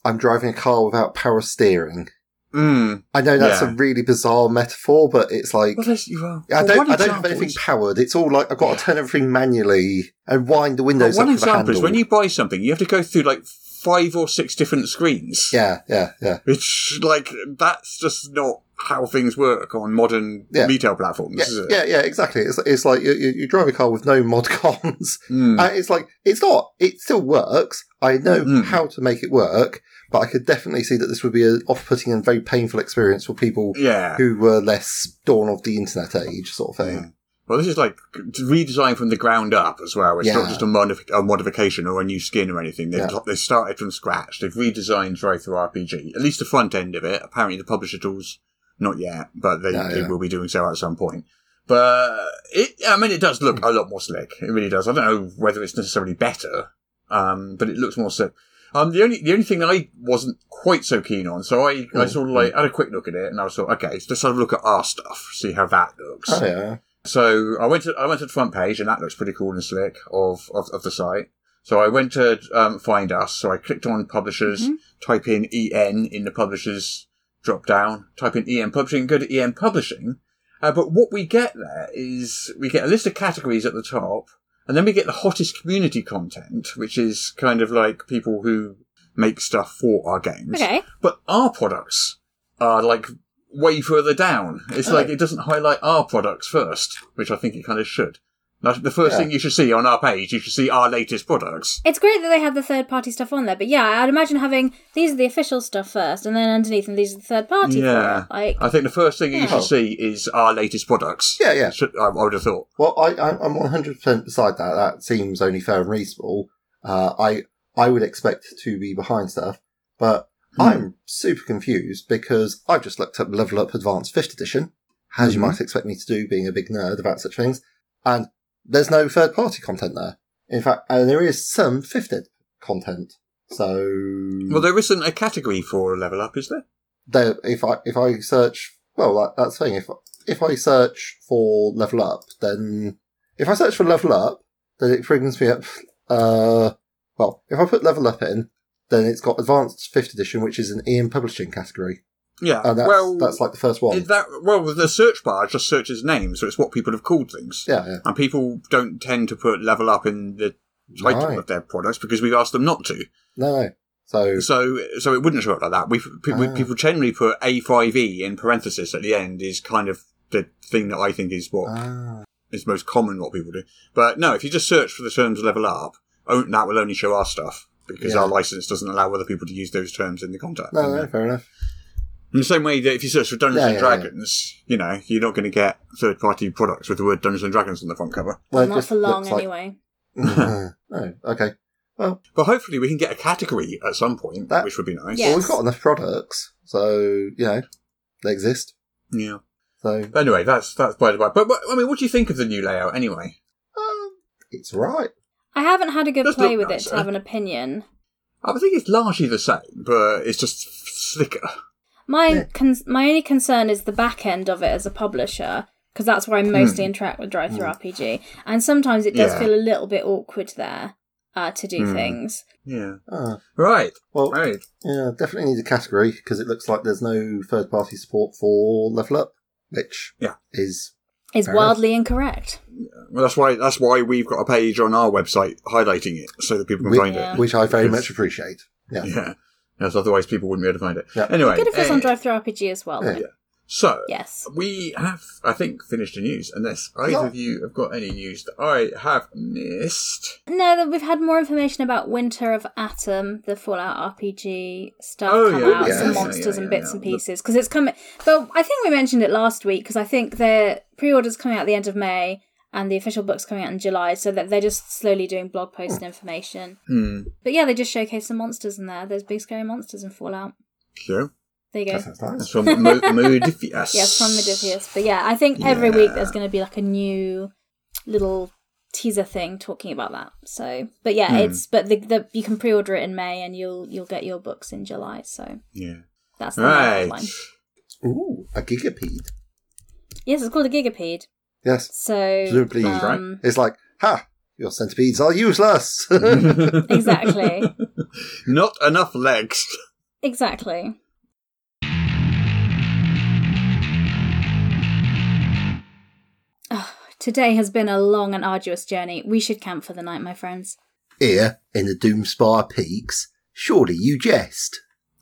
F: I'm driving a car without power steering.
E: Mm.
F: I know that's
E: Yeah.
F: a really bizarre metaphor, but it's like,
E: Well, there's, you are.
F: I
E: well,
F: don't,
E: one
F: I don't have
E: example
F: anything
E: is-
F: powered. It's all like I've got to turn everything manually and wind the
E: well,
F: windows
E: one
F: up with a
E: example
F: handle.
E: is when you buy something, you have to go through like five or six different screens.
F: yeah, yeah, yeah.
E: It's like that's just not how things work on modern
F: Yeah.
E: retail platforms.
F: Yeah,
E: is it?
F: yeah, yeah, exactly. It's, it's like you, you, you drive a car with no mod cons.
E: Mm.
F: And it's like, it's not, it still works. I know
E: Mm.
F: how to make it work, but I could definitely see that this would be an off putting and very painful experience for people
E: Yeah.
F: who were less dawn of the internet age, sort of thing.
E: Well, this is like redesigned from the ground up as well. It's
F: Yeah.
E: not just a, modif- a modification or a new skin or anything. They've,
F: Yeah.
E: they started from scratch. They've redesigned Drive Through RPG, at least the front end of it. Apparently, the publisher tools not yet, but they,
F: Yeah,
E: they
F: yeah.
E: will be doing so at some point. But it, I mean, it does look a lot more slick. It really does. I don't know whether it's necessarily better, um, but it looks more slick. Um, the only the only thing I wasn't quite so keen on, so I,
F: Oh,
E: I sort of like had a quick look at it, and I was sort of, okay, let's have a look at our stuff, see how that looks.
F: Oh, yeah.
E: So I went to I went to the front page, and that looks pretty cool and slick of of, of the site. So I went to um, find us. So I clicked on publishers, type in EN in the publishers drop down, type in EN publishing, go to EN publishing. Uh, but what we get there is we get a list of categories at the top, and then we get the hottest community content, which is kind of like people who make stuff for our games.
G: Okay.
E: But our products are like way further down. It's like it doesn't highlight our products first, which I think it kind of should. That's the first thing you should see on our page, you should see our latest products.
G: It's great that they have the third party stuff on there, but yeah, I'd imagine having these are the official stuff first, and then underneath them these are the third party.
E: Yeah,
G: for it. like
E: I think the first thing you
G: Yeah.
E: should see is our latest products.
F: Yeah, yeah.
E: Should- I, I would have thought.
F: Well, I, I, I'm 100% beside that. That seems only fair and reasonable. Uh, I, I would expect to be behind stuff, but I'm super confused because I've just looked up Level Up Advanced 5th Edition, as you might expect me to do, being a big nerd about such things, and there's no third party content there. In fact, and there is some 5th ed content. So,
E: Well, there isn't a category for level up, is there?
F: there, if I if I search, well, that, that's the thing. If if I search for level up, then if I search for level up, then it brings me up. Uh, well, if I put level up in, then it's got advanced fifth edition, which is an Ian publishing category,
E: Yeah.
F: and Oh, that's
E: well,
F: that's like the first one.
E: is that well, the search bar just searches names, so it's what people have called things.
F: yeah, yeah.
E: And people don't tend to put level up in the title
F: Right.
E: of their products because we've asked them not to.
F: No, no. So
E: So, so it wouldn't show up like that. We've, pe- we,
F: Ah.
E: people generally put A5E in parenthesis at the end is kind of the thing that I think is what
F: ah,
E: It's most common what people do. But no, if you just search for the terms level up, on- that will only show our stuff because
F: Yeah.
E: our license doesn't allow other people to use those terms in the contact.
F: no, no, fair enough.
E: In the same way that if you search for Dungeons
F: Yeah,
E: and
F: yeah, yeah.
E: Dragons, you know, you're not going to get third party products with the word Dungeons and Dragons on the front cover.
F: Well, it
G: not
F: just
G: for long
F: looks like-
G: anyway.
F: no, okay. Well,
E: But hopefully we can get a category at some point,
F: That-
E: which would be nice.
G: Yeah.
F: well, we've
G: Yes.
F: got enough products, so you know they exist.
E: Yeah.
F: So
E: But anyway, that's that's by the way. But, but I mean, what do you think of the new layout anyway?
F: um, it's right.
G: I haven't had a good
E: Does
G: play
E: look
G: with
E: nice,
G: it
E: eh?
G: to have an opinion.
E: I think it's largely the same, but it's just slicker.
G: My con- my only concern is the back end of it as a publisher because that's where I
F: Hmm.
G: mostly interact with Drive Through RPG, and sometimes it does
E: Yeah.
G: feel a little bit awkward there uh, to do
F: Hmm.
G: things.
E: Yeah.
F: Ah,
E: Right.
F: well,
E: Right.
F: Yeah, definitely need a category because it looks like there's no third party support for level up, which
E: Yeah.
F: is
G: Is
F: Fair enough.
G: wildly incorrect.
E: Well, that's why that's why we've got a page on our website highlighting it so that people can
F: whi-
E: find
G: Yeah.
E: it.
F: which I very
E: Because-
F: much appreciate. Yeah.
E: Yeah, yes, otherwise people wouldn't be able to find it.
F: Yeah.
E: Anyway,
G: Good if it's on
E: eh,
G: Drive Through RPG as well.
F: Yeah.
G: though.
E: So
G: Yes.
E: we have, I think, finished the news. Unless either
F: Yeah.
E: of you have got any news that I have missed.
G: No, that we've had more information about Winter of Atom, the Fallout RPG stuff
E: Oh,
G: come
E: yeah,
G: out,
F: yeah,
G: some
F: yeah,
G: monsters
E: yeah,
G: and
E: yeah,
G: bits
E: yeah.
G: and
E: The-
G: pieces because it's coming. But I think we mentioned it last week because I think their pre-orders coming out at the end of May and the official books coming out in July, so that they're just slowly doing blog posts and information.
E: Hmm.
G: But yeah, they just showcase some monsters in there. There's big scary monsters in Fallout.
E: So
G: There you go.
F: That sounds nice.
E: that's from Mo- Modifius.
G: Yes, from Modifius. But yeah, I think every week
E: Yeah.
G: there's going to be like a new little teaser thing talking about that. So, but
E: Hmm.
G: yeah, it's but the, the you can pre-order it in May and you'll you'll get your books in July. So
E: Yeah.
G: that's the
E: Right.
G: right. line.
F: Ooh, a gigapede.
G: Yes, it's called a gigapede.
F: Yes,
G: So
F: presumably
G: um,
F: it's like, ha, your centipedes are useless.
E: Mm-hmm.
G: exactly,
E: Not enough legs.
G: exactly. Oh, today has been a long and arduous journey. We should camp for the night, my friends.
F: Here in the Doomspire Peaks, surely you jest.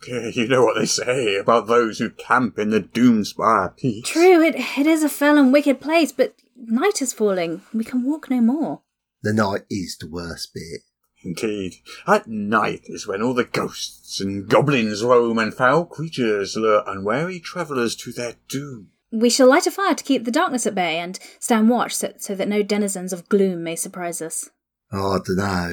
E: Yeah, you know what they say about those who camp in the Doomspire Peak.
G: True, it, it is a fell and wicked place, but night is falling. We can walk no more.
F: The night is the worst bit.
E: Indeed. At night is when all the ghosts and goblins roam and foul creatures lure unwary travellers to their doom.
G: We shall light a fire to keep the darkness at bay and stand watch so, so that no denizens of gloom may surprise us.
F: I dunno.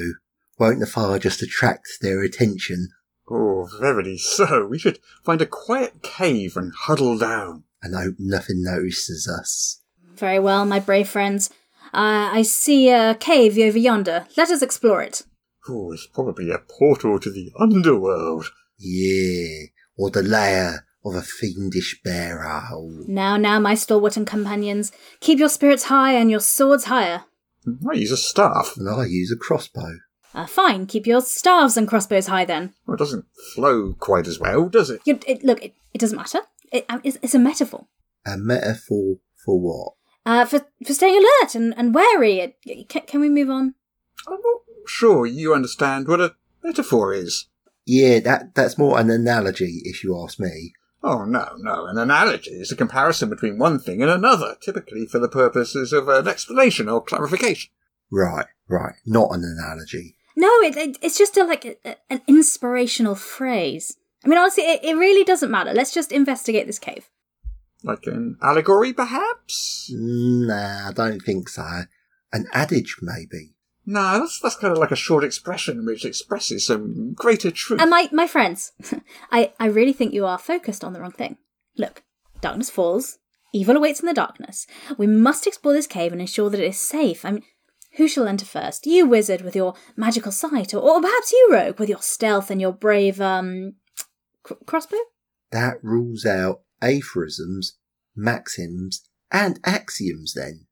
F: Won't the fire just attract their attention?
E: Oh, verily so. We should find a quiet cave and huddle down.
F: And hope nothing notices us.
G: Very well, my brave friends. Uh, I see a cave over yonder. Let us explore it.
E: Oh, it's probably a portal to the underworld.
F: Yeah, or the lair of a fiendish bear owl.
G: Now, now, my stalwart and companions, keep your spirits high and your swords higher.
E: I use a staff.
F: And I use a crossbow.
G: Uh, fine, keep your staves and crossbows high then.
E: Well, it doesn't flow quite as well, does it?
G: You, it, look, it, it doesn't matter. It, um, it's, it's a metaphor.
F: A metaphor for what?
G: Uh, for, for staying alert and, and wary. It, it- can, can we move on?
E: I'm not sure you understand what a metaphor is.
F: Yeah, that that's more an analogy, if you ask me.
E: Oh, no, no. An analogy is a comparison between one thing and another, typically for the purposes of an explanation or clarification.
F: Right, right. Not an analogy.
G: No, it, it, it's just a, like a, a- an inspirational phrase. I mean, honestly, it, it really doesn't matter. Let's just investigate this cave.
E: Like an allegory, perhaps?
F: Nah, I don't think so. An adage, maybe.
E: No, that's, that's kind of like a short expression which expresses some greater truth.
G: And my, my friends, I, I really think you are focused on the wrong thing. Look, darkness falls, evil awaits in the darkness. We must explore this cave and ensure that it is safe. I mean, who shall enter first? You, wizard, with your magical sight, or, or perhaps you, rogue, with your stealth and your brave um cr- crossbow?
F: That rules out aphorisms, maxims, and axioms then.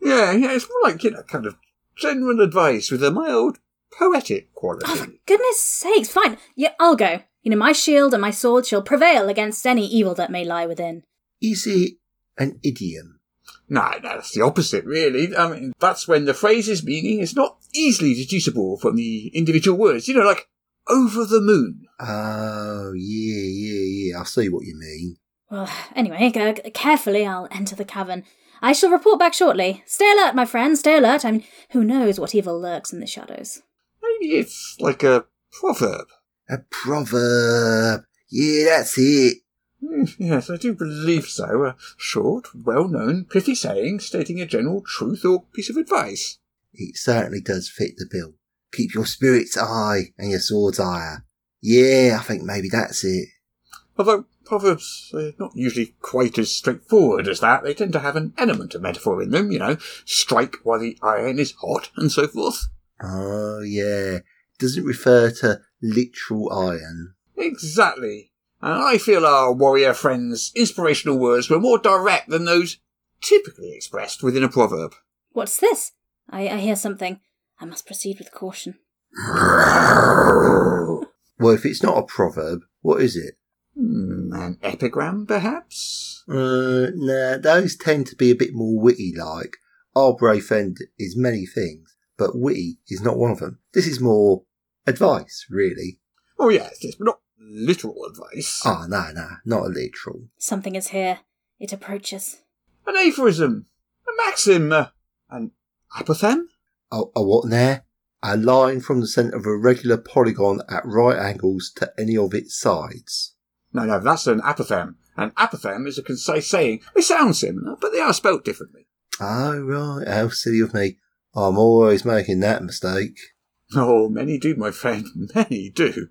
E: Yeah, yeah, it's more like, you know, kind of general advice with a mild poetic quality.
G: Oh, for goodness sakes, fine. Yeah, I'll go. You know, my shield and my sword shall prevail against any evil that may lie within.
F: Is it an idiom?
E: No, no, that's the opposite, really. I mean, that's when the phrase's meaning is not easily deducible from the individual words. You know, like over the moon.
F: Oh, yeah, yeah, yeah. I see what you mean.
G: Well, anyway, go, carefully I'll enter the cavern. I shall report back shortly. Stay alert, my friend, stay alert. I mean, who knows what evil lurks in the shadows.
E: Maybe it's like a proverb.
F: A proverb. Yeah, that's it.
E: Hmm, Yes, I do believe so. A short, well-known, pithy saying stating a general truth or piece of advice.
F: It certainly does fit the bill. Keep your spirits high and your swords higher. Yeah, I think maybe that's it.
E: Although proverbs are not usually quite as straightforward as that. They tend to have an element of metaphor in them, you know, strike while the iron is hot and so forth.
F: Oh, yeah. Doesn't refer to literal iron.
E: Exactly. And I feel our warrior friends' inspirational words were more direct than those typically expressed within a proverb.
G: What's this? I, I hear something. I must proceed with caution.
F: Well, if it's not a proverb, what is it?
E: Hmm, an epigram, perhaps?
F: Uh, nah, those tend to be a bit more witty like. Our brave friend is many things, but witty is not one of them. This is more advice, really.
E: Oh, yes, yes, but not literal advice.
F: Ah, no, no, not a literal.
G: Something is here. It approaches.
E: An aphorism, a maxim, uh, an apothem?
F: A, Oh, a what there? A line from the centre of a regular polygon at right angles to any of its sides.
E: No, no, that's an apothem. An apothem is a concise saying. They sound similar, but they are spelt differently.
F: Oh, right, how silly of me. I'm always making that mistake.
E: Oh, many do, my friend, many do.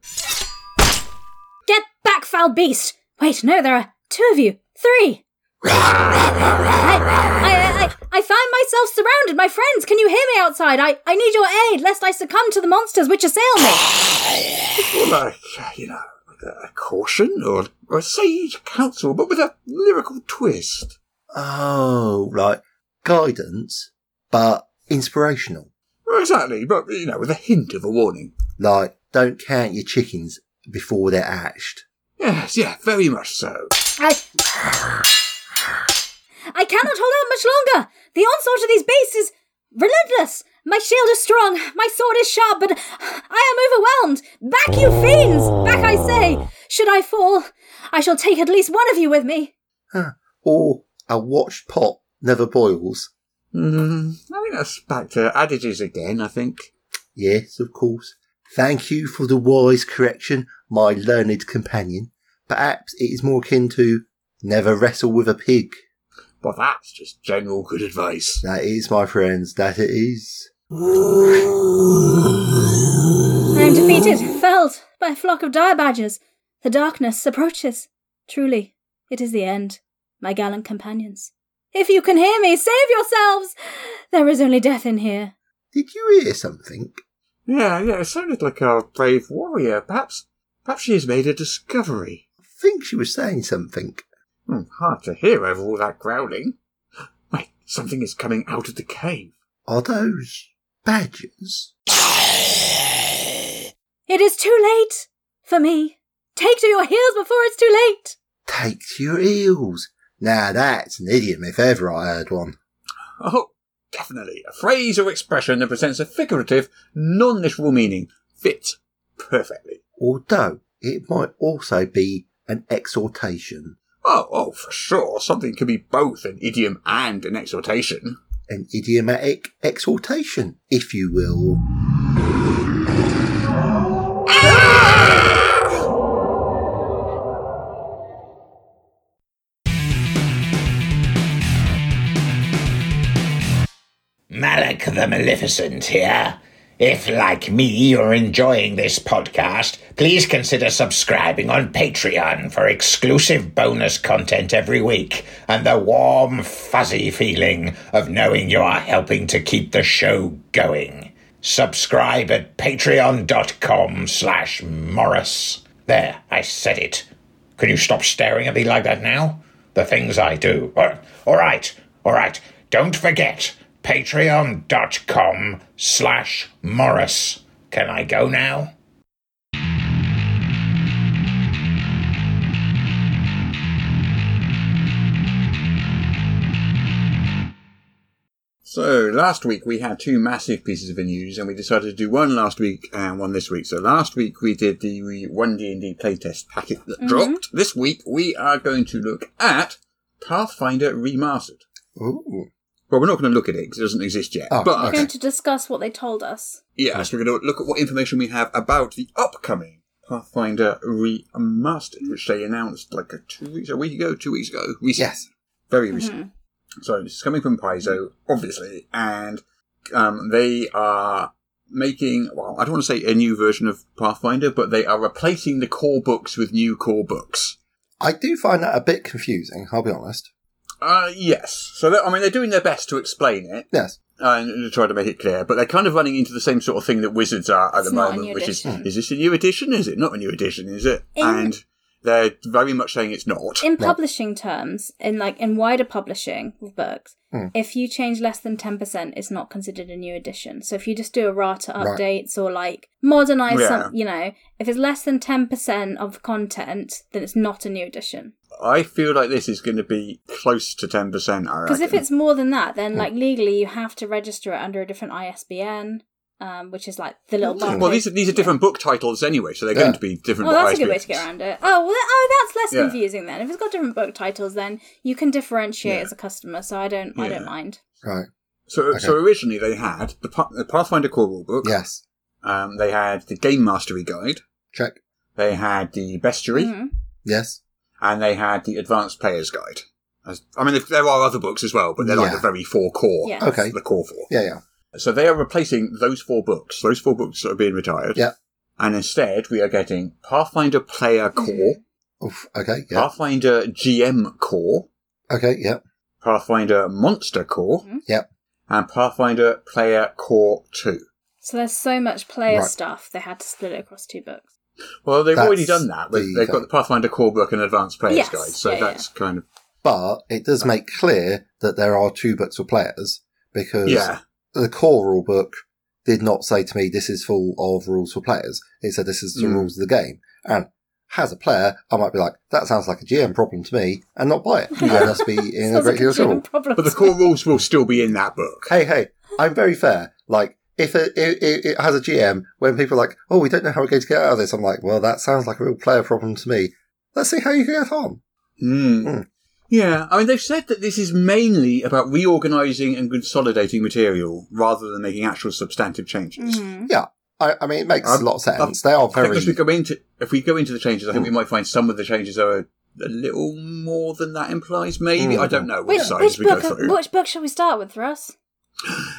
G: Get back, foul beast! Wait, no, there are two of you. Three! I, I, I, I find myself surrounded, my friends. Can you hear me outside? I, I need your aid, lest I succumb to the monsters which assail me.
E: Or like, uh, you know, like a, a caution or, or a sage counsel, but with a lyrical twist.
F: Oh, like guidance, but inspirational.
E: Well, Exactly, but, you know, with a hint of a warning.
F: Like, don't count your chickens before they're hatched.
E: Yes, yeah, very much so.
G: I, I cannot hold out much longer. The onslaught of these beasts is relentless. My shield is strong, my sword is sharp, but I am overwhelmed. Back, you fiends! Back, I say. Should I fall, I shall take at least one of you with me.
F: Huh. Or a watched pot never boils.
E: Mm, I think that's back to adages again, I think.
F: Yes, of course. Thank you for the wise correction, my learned companion. Perhaps it is more akin to never wrestle with a pig.
E: Well, that's just general good advice.
F: That is, my friends, that it is.
G: I am defeated, felled by a flock of dire badgers. The darkness approaches. Truly, it is the end, my gallant companions. If you can hear me, save yourselves! There is only death in here.
F: Did you hear something?
E: Yeah, yeah, it sounded like our brave warrior. Perhaps, perhaps she has made a discovery.
F: I think she was saying something.
E: Hmm, hard to hear over all that growling. Wait, something is coming out of the cave.
F: Are those badgers?
G: It is too late for me. Take to your heels before it's too late.
F: Take to your heels. Now that's an idiom if ever I heard one.
E: Oh, definitely. A phrase or expression that presents a figurative, non literal meaning. Fits perfectly.
F: Although it might also be an exhortation.
E: Oh, oh, for sure. Something can be both an idiom and an exhortation.
F: An idiomatic exhortation, if you will.
C: Malak the Maleficent here. If, like me, you're enjoying this podcast, please consider subscribing on Patreon for exclusive bonus content every week and the warm, fuzzy feeling of knowing you are helping to keep the show going. Subscribe at patreon.com slash Morris. There, I said it. Can you stop staring at me like that now? The things I do. All- all right, all right. Don't forget patreon.com slash Morris. Can I go now?
E: So, last week we had two massive pieces of news and we decided to do one last week and one this week. So, last week we did the we- one D&D playtest packet that dropped. This week we are going to look at Pathfinder Remastered.
F: Ooh.
E: Well, we're not going to look at it because it doesn't exist yet.
F: Oh,
E: but
G: We're going to discuss what they told us.
E: yes, we're going to look at what information we have about the upcoming Pathfinder Remastered, which they announced like a two weeks, a week ago, two weeks ago. Recent,
F: Yes.
E: Very recent. So this is coming from Paizo, obviously, and um, they are making, well, I don't want to say a new version of Pathfinder, but they are replacing the core books with new core books.
F: I do find that a bit confusing, I'll be honest.
E: Uh, yes. So, that- I mean, they're doing their best to explain it.
F: Yes.
E: Uh, and to try to make it clear. But they're kind of running into the same sort of thing that wizards are at
G: It's
E: the
G: not a
E: moment,
G: new
E: which is
G: edition.
E: is this a new edition? Is it not a new edition? Is it?
G: In-
E: and they're very much saying it's not.
G: In
F: No.
G: publishing terms, in like in wider publishing with books,
E: Hmm.
G: if you change less than ten percent, it's not considered a new edition. So if you just do errata
F: Right.
G: updates or like modernize
E: Yeah.
G: some, you know, if it's less than ten percent of the content, then it's not a new edition.
E: I feel like this is going to be close to ten percent. I
G: Because if
E: reckon.
G: it's more than that,
E: Hmm.
G: then like legally you have to register it under a different ISBN, um, which is like the little.
E: well,
G: barcode.
E: these are, these are different book titles anyway, so they're
F: Yeah.
E: going to be different.
G: Oh, that's a
E: ISBNs.
G: good way to get around it. Oh, well, that, oh, that's less
E: Yeah.
G: confusing then. If it's got different book titles, then you can differentiate
E: Yeah.
G: as a customer. So I don't, I don't
E: Yeah.
G: mind.
F: Right.
E: So, so originally they had the, Pa- the Pathfinder Core Rulebook.
F: Yes.
E: Um, they had the Game Mastery Guide.
F: Check.
E: They had the Bestiary.
G: Mhm.
F: Yes.
E: and they had the Advanced Player's Guide. As- I mean, if- there are other books as well, but they're like
F: Yeah.
E: the very four core,
G: Yeah.
F: Okay.
E: the core four.
F: Yeah, yeah.
E: So they are replacing those four books, those four books that are being retired.
F: Yeah.
E: And instead, we are getting Pathfinder Player
G: Mm-hmm.
E: Core,
F: Oof. Okay, yeah.
E: Pathfinder GM Core,
F: Okay, yeah.
E: Pathfinder Monster Core,
G: Mm-hmm. Hmm?
F: Yeah.
E: and Pathfinder Player Core 2.
G: So there's so much player
F: Right.
G: stuff they had to split it across two books.
E: Well, they've
F: That's
E: already done that. They've,
F: the-
E: they've got the Pathfinder Core book and Advanced Player's
G: Yes.
E: Guide. So
G: Yeah, yeah.
E: that's kind of.
F: But it does make clear that there are two books for players because
E: Yeah.
F: the core rule book did not say to me this is full of rules for players. It said this is the
E: Mm.
F: rules of the game. And as a player, I might be like, that sounds like a GM problem to me and not buy it. And thus be in a
G: Sounds
F: great
G: like
F: deal
G: a
F: of trouble.
G: human problem.
E: But the core rules will still be in that book.
F: Hey, hey, I'm very fair. Like, if it, it, it, it has a GM, when people are like, oh, we don't know how we're going to get out of this, I'm like, well, that sounds like a real player problem to me. Let's see how you get on.
E: Mm.
F: Hmm.
E: Yeah, I mean, they've said that this is mainly about reorganising and consolidating material rather than making actual substantive changes.
G: Mhm.
F: Yeah, I, I mean, it makes
E: Um,
F: Hmm. a lot of sense. They
E: I
F: are
E: think
F: very. Hmm.
E: as we go into if we go into the changes, I think we might find some of the changes are a, a little more than that implies.
F: Hmm.
E: Maybe I don't know. We'll
G: Which,
E: decide
G: which
E: as we go
G: book?
E: through.
G: Which book should we start with, Russ?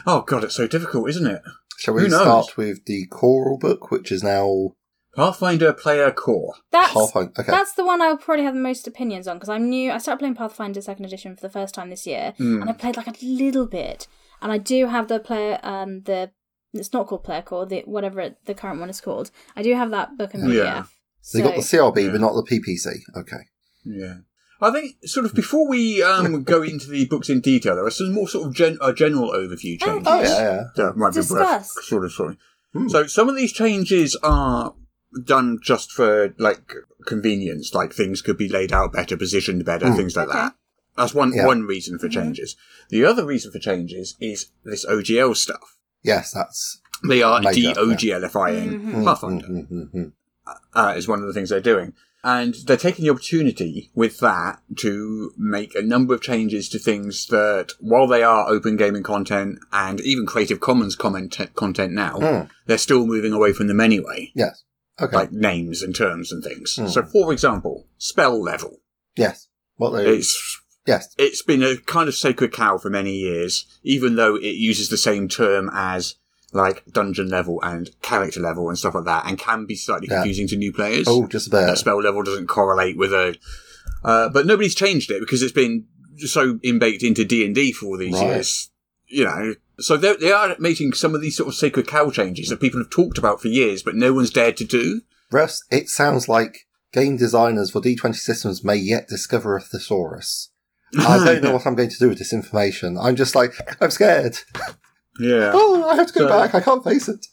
E: Oh god, it's so difficult, isn't it?
F: Shall we
E: Who knows?
F: start with the choral book, which is now
E: Pathfinder Player Core.
G: That's
F: Pathfinder? Okay.
G: that's the one I will probably have the most opinions on because I'm new. I started playing Pathfinder Second Edition for the first time this year,
E: Hmm.
G: and I played like a little bit. And I do have the player, um, the it's not called player core, the whatever it, the current one is called. I do have that book in
E: Yeah.
G: PDF.
F: They got the
G: So-
F: CRB,
E: Yeah.
F: but not the PPC. Okay.
E: Yeah. I think sort of before we um, go into the books in
G: Oh,
E: detail, there are some more sort of gen- uh, general overview changes.
G: Okay.
F: Yeah, yeah.
E: that might be worth
G: Discuss.
E: sort of sorry.
F: Hmm.
E: So some of these changes are done just for like convenience, like things could be laid out better, positioned better, things like that. That's one
F: Hmm. Yeah.
E: one reason for changes. The other reason for changes is this OGL stuff.
F: Yes, that's.
E: They are
F: Major, yeah. Mm-hmm.
E: de-OGLifying Pathfinder uh, is one of the things they're doing. And they're taking the opportunity with that to make a number of changes to things that, while they are open gaming content and even Creative Commons comment- content now, they're still moving away from them anyway,
F: Yes. Hmm. Okay. Hmm.
E: like names and terms and things. So, for example, spell level.
F: yes. What they.
E: It's
F: Yes.
E: it's been a kind of sacred cow for many years, even though it uses the same term as like dungeon level and character level and stuff like that, and can be slightly
F: Yeah.
E: confusing to new players
F: Oh, just there.
E: that spell level doesn't correlate with a. Uh, but nobody's changed it because it's been so inbaked into D and D for all these
F: Right.
E: years. You know, so they they are making some of these sort of sacred cow changes that people have talked about for years, but no one's dared to do.
F: Russ, it sounds like game designers for D20 systems may yet discover a thesaurus. I don't know what I'm going to do with this information. I'm just like, I'm scared.
E: Yeah.
F: Oh, I have to go
E: So-
F: back. I can't face it.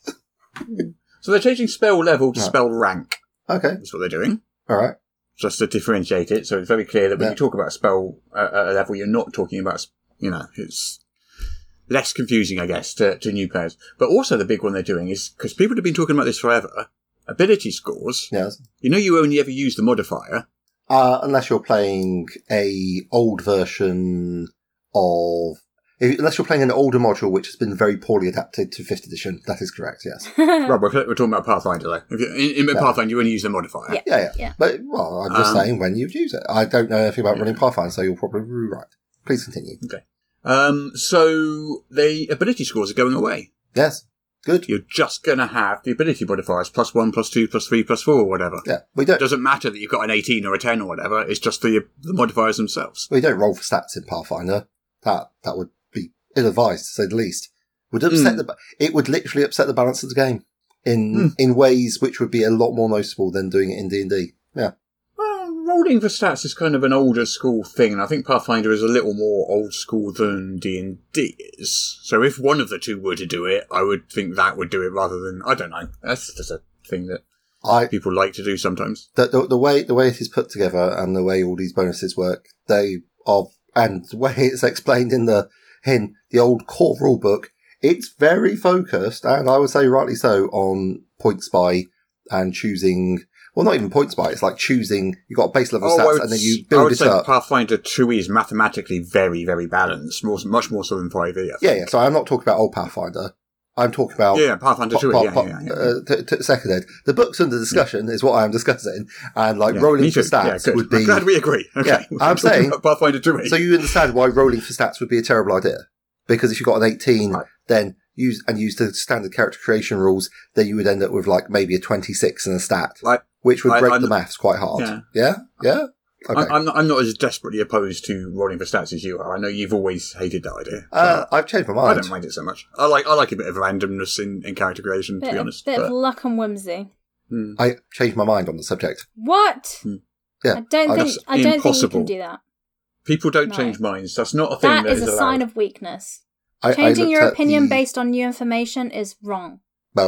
E: So they're changing spell level to
F: Right.
E: spell rank.
F: Okay.
E: That's what they're doing.
F: All right.
E: Just to differentiate it, so it's very clear that when
F: Yeah.
E: you talk about spell uh, at a level, you're not talking about, s- you know, it's less confusing, I guess, to, to new players. But also the big one they're doing is because people have been talking about this forever. Ability scores
F: Yes.
E: You know, you only ever use the modifier.
F: Uh, unless you're playing a old version of, if, unless you're playing an older module which has been very poorly adapted to 5th edition. That is correct. Yes.
E: Rob, we're, we're talking about Pathfinder, though. If you, in, in
F: Yeah.
E: Pathfinder, you only use the modifier.
G: Yeah.
F: Yeah, yeah.
G: Yeah.
F: But well, I'm
E: Um,
F: just saying when you'd use it. I don't know anything about running Pathfinder, so you're probably right. Please continue.
E: Um, so the ability scores are going away.
F: Yes. Good.
E: You're just going to have the ability modifiers plus one, plus two, plus three, plus four, or whatever.
F: Yeah. We don't
E: It doesn't matter that you've got an 18 or a 10 or whatever. It's just the, the modifiers themselves.
F: we don't roll for stats in Pathfinder. That that would be ill advised to say the least. Would upset
E: Hmm.
F: the ba- it would literally upset the balance of the game in in ways which would be a lot more noticeable than doing it in D and D. Yeah.
E: Well, rolling for stats is kind of an older school thing, and I think Pathfinder is a little more old school than D and D is. So if one of the two were to do it, I would think that would do it rather than I don't know. That's just a thing that
F: I
E: people like to do sometimes.
F: the, the, the way the way it is put together and the way all these bonuses work, they are and the way it's explained in the in the old core rule book, it's very focused and I would say rightly so on points by and choosing well not even points by, it's like choosing you've got base level
E: Oh, I
F: stats
E: would
F: and then
E: s-
F: you
E: I
F: build
E: would
F: it
E: say
F: up.
E: Pathfinder 2 is mathematically very, very balanced, more, much more so than E. 5e. I think.
F: yeah, yeah. So I'm not talking about old Pathfinder. I'm talking about
E: Yeah, Pathfinder 2,
F: Pa-
E: yeah,
F: pa-
E: yeah, yeah.
F: uh, t- t- second ed. The book's under discussion is what I'm discussing, and like
E: Yeah,
F: rolling
E: me
F: for
E: too. Yeah,
F: stats
E: good.
F: would
E: I'm
F: be
E: glad we agree. Okay.
F: Yeah,
E: we're
F: I'm
E: talking
F: saying-
E: about Pathfinder E. 2.
F: So you understand why rolling for stats would be a terrible idea. Because if you got an 18,
E: Right.
F: then use and use the standard character creation rules, then you would end up with like maybe a 26 and a stat,
E: Like,
F: which would
E: I-
F: break
E: I'm-
F: the maths quite hard.
E: Yeah.
F: Yeah. Yeah. Okay.
E: I'm, I'm, not, I'm not as desperately opposed to rolling for stats as you are. I know you've always hated that idea.
F: uh, I've changed my
E: I
F: mind.
E: don't mind it so much. I like I like a bit of randomness in, in character creation, to
G: bit
E: be
G: of,
E: honest.
G: bit of
E: but-
G: luck and whimsy.
F: I changed my mind on the subject.
G: What?
F: Hmm. Yeah.
G: I don't
F: I
G: think
E: just-
G: I don't think you
E: impossible.
G: can do that.
E: people don't
G: No.
E: change minds. That's not a thing
G: That is a
E: allowed.
G: sign of weakness.
F: I- I
G: Changing
F: looked
G: your
F: at
G: opinion
F: the-
G: based on new information is wrong.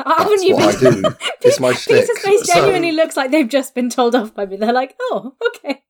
F: Well,
G: Haven't
F: that's
G: you
F: what I
G: been-
F: do. it's my shtick.
G: Peter's face
F: So-
G: genuinely looks like they've just been told off by me. They're like, oh, okay.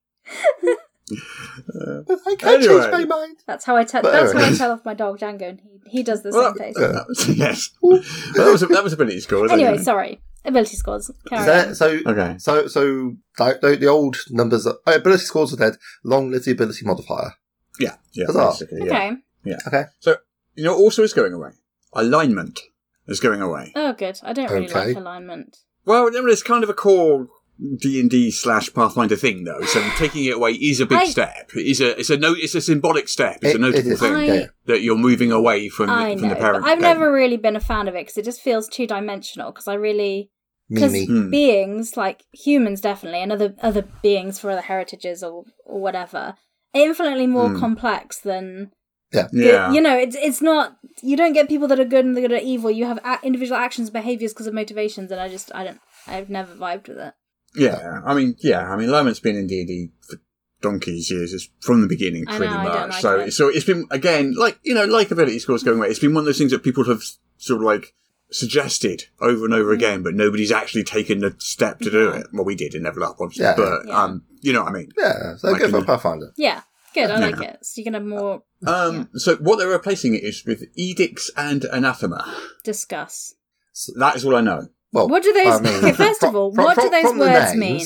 F: But I can't
E: Anyway.
F: change my mind.
G: That's how I tell.
F: But
G: That's how I
F: anyway.
G: tell off my dog Django, and he, he does the
E: Well,
G: same face.
E: that- that was- yes. Well, that was that was ability score. wasn't
G: anyway,
E: it?
G: sorry. Ability scores. Carry
F: That-
G: on.
F: so
E: Okay.
F: so so the, the, the old numbers are, oh, ability scores are dead. Long live the ability modifier.
E: Yeah. Yeah.
F: Huzzah.
E: basically, yeah.
G: Okay.
F: Okay.
E: So you know, what also is going away. Alignment is going away.
G: Oh, good. I don't really
F: Okay.
G: like alignment.
E: Well, no, it's kind of a core D and D slash Pathfinder thing, though. So taking it away is a big
G: I-
E: step. It is a it's a no it's a symbolic step. It's
F: It-
E: a
F: it
E: notable
F: is,
E: thing
F: yeah.
E: that you're moving away from
G: I
E: the, from
G: know,
E: the
G: but
E: parent.
G: I've
E: game.
G: never really been a fan of it because it just feels two dimensional. Because I really because
F: Mimi.
E: Hmm.
G: beings like humans definitely and other other beings for other heritages or, or whatever are infinitely more complex than good-
E: Hmm. Yeah.
G: you know it's it's not you don't get people that are good and the good are evil you have a- individual actions behaviors because of motivations and i just i don't i've never vibed with it
E: Yeah, I mean, yeah, I mean, Lyman's been in D and D for donkey's years. It's from the beginning,
G: I know,
E: pretty
G: I
E: much.
G: don't like
E: so,
G: it.
E: so it's been again, like you know, like ability scores going away. It's been one of those things that people have sort of like suggested over and
G: Mm.
E: over again, but nobody's actually taken the step to do it. Well, we did in Level Up, obviously,
F: Yeah.
E: but
G: Yeah.
E: um, you know what I mean.
F: Yeah, so
E: Like
F: good
E: in
F: for
E: the-
F: Pathfinder.
G: Yeah, good. I
E: Yeah.
G: like it. So you can have more
E: Um, So what they're replacing it is with edicts and anathema.
G: discuss.
E: That is all I know.
F: Well,
G: What do those- okay, first of all, what do those
F: the
G: words mean?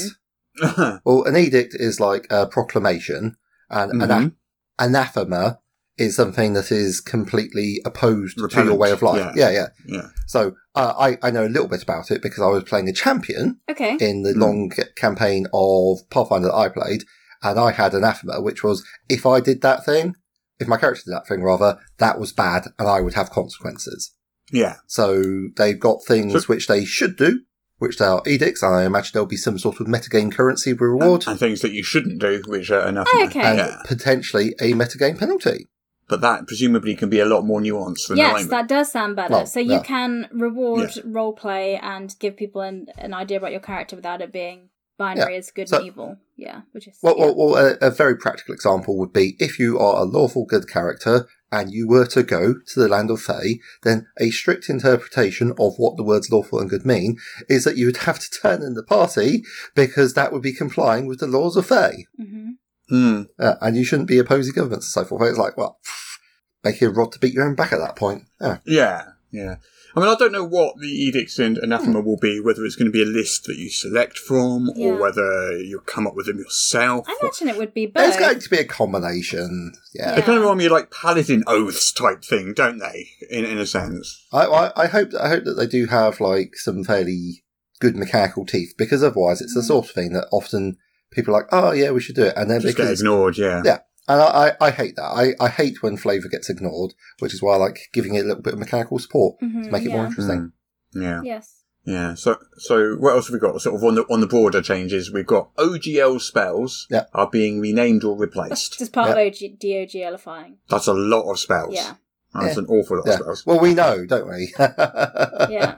F: Well, an edict is like a proclamation, and ana-
E: Mhm.
F: anathema is something that is completely opposed to your
E: Repellent,
F: way of life.
E: yeah.
F: Yeah, yeah.
E: yeah.
F: So uh, I, I know a little bit about it because I was playing a champion
G: Okay.
F: in
E: Mm.
F: the long c- campaign of Pathfinder that I played, and I had anathema, which was if I did that thing, if my character did that thing rather, that was bad, and I would have consequences.
E: Yeah.
F: So they've got things
E: So-
F: which they should do, which they are edicts, and I imagine there'll be some sort of metagame currency reward
E: And things that you shouldn't do, which are
G: Oh,
E: anathema.
G: okay.
F: and
E: Yeah.
F: potentially a metagame penalty.
E: But that presumably can be a lot more nuanced than
G: Yes,
E: alignment.
G: that does sound better.
F: Well,
G: so you
F: yeah.
G: can reward
E: Yeah.
G: role play and give people an, an idea about your character without it being binary
F: Yeah.
G: as good
F: So-
G: and evil. Yeah, which is
F: Well,
G: yeah.
F: well, well a, a very practical example would be if you are a lawful good character and you were to go to the land of Fae, then a strict interpretation of what the words lawful and good mean is that you would have to turn in the party because that would be complying with the laws of Fae.
G: hmm
E: Mm.
F: Uh, and you shouldn't be opposing governments and so forth. It's like, well, pff, making a rod to beat your own back at that point. Yeah.
E: Yeah, yeah. I mean, I don't know what the edicts and anathema will be. Whether it's going to be a list that you select from,
G: Hmm. Yeah.
E: or whether you come up with them yourself.
G: I
E: or-
G: imagine it would be
F: There's
G: both.
F: going to be a combination. Yeah.
E: They kind of remind me of like paladin oaths type thing, don't they? In in a sense.
F: I, I, I hope I hope that they do have like some fairly good mechanical teeth because otherwise it's the sort of thing that often people are like, oh yeah, we should do it, and then
E: Just get
F: because
E: ignored, yeah.
F: yeah, and I, I, I hate that. I, I hate when flavour gets ignored, which is why I like giving it a little bit of mechanical support
G: Mhm,
F: to make it
G: yeah.
F: more interesting.
E: Mm. Yeah.
G: Yes.
E: Yeah. So so what else have we got? Sort of on the on the border changes, we've got OGL spells
F: Yeah.
E: are being renamed or
G: That's
E: replaced.
G: just part
F: Yeah.
G: of OG- DOGLifying.
E: That's a lot of spells.
G: Yeah.
E: That's
F: Yeah.
E: an awful lot
F: Yeah.
E: of spells.
F: Well, we know, don't we? yeah.
G: Yeah.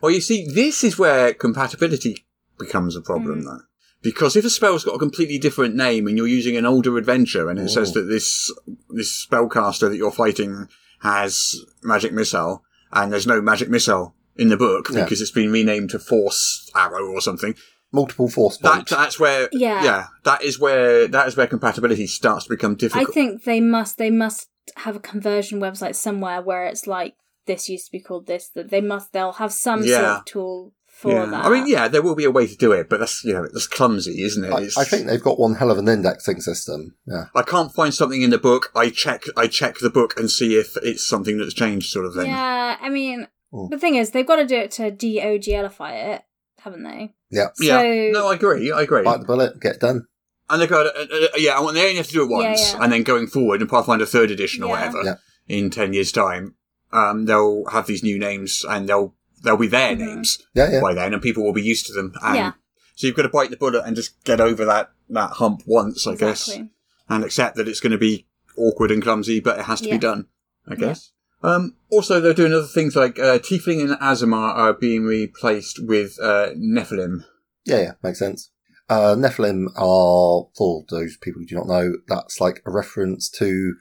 E: Well you see, this is where compatibility becomes a
G: Mm.
E: problem though. Because if a spell's got a completely different name and you're using an older adventure and it says that this this spellcaster that you're fighting has magic missile and there's no magic missile in the book
F: Yeah.
E: because it's been renamed to force arrow or something,
F: Multiple force
E: that
F: points.
E: that's where
G: Yeah.
E: yeah that is where that is where compatibility starts to become
G: I
E: difficult
G: think they must they must have a conversion website somewhere where it's like this used to be called this that they must they'll have some sort
E: Yeah.
G: of tool for
E: yeah.
G: that.
E: I mean yeah there will be a way to do it but that's you know that's clumsy isn't it
F: I,
E: It's-
F: I think they've got one hell of an indexing system. Yeah.
E: I can't find something in the book I check I check the book and see if it's something that's changed sort of thing
G: Yeah, I mean
F: Mm.
G: the thing is they've got to do it to DOGLify it, haven't they?
F: Yeah.
E: Yeah.
G: So-
E: no I agree I agree
F: Bite the bullet, get it done.
E: and they go uh, uh, yeah I want they only have to do it
G: Yeah,
E: once
G: yeah.
E: and then going forward in Pathfinder third edition or
G: Yeah.
E: whatever
F: Yeah.
E: in 10 years time um, they'll have these new names and they'll they'll be their names
F: Yeah, yeah.
E: by then, and people will be used to them. And
G: Mm-hmm. Yeah.
E: So you've got to bite the bullet and just get over that that hump once, I guess,
G: Exactly.
E: and accept that it's going to be awkward and clumsy, but it has to
G: Yeah.
E: be done. I guess. Um, also, they're doing other things like uh, Tiefling and Azamar are being replaced with uh, Nephilim.
F: Yeah, yeah, makes sense. Uh, Nephilim are, for those people who do not know, that's like a reference to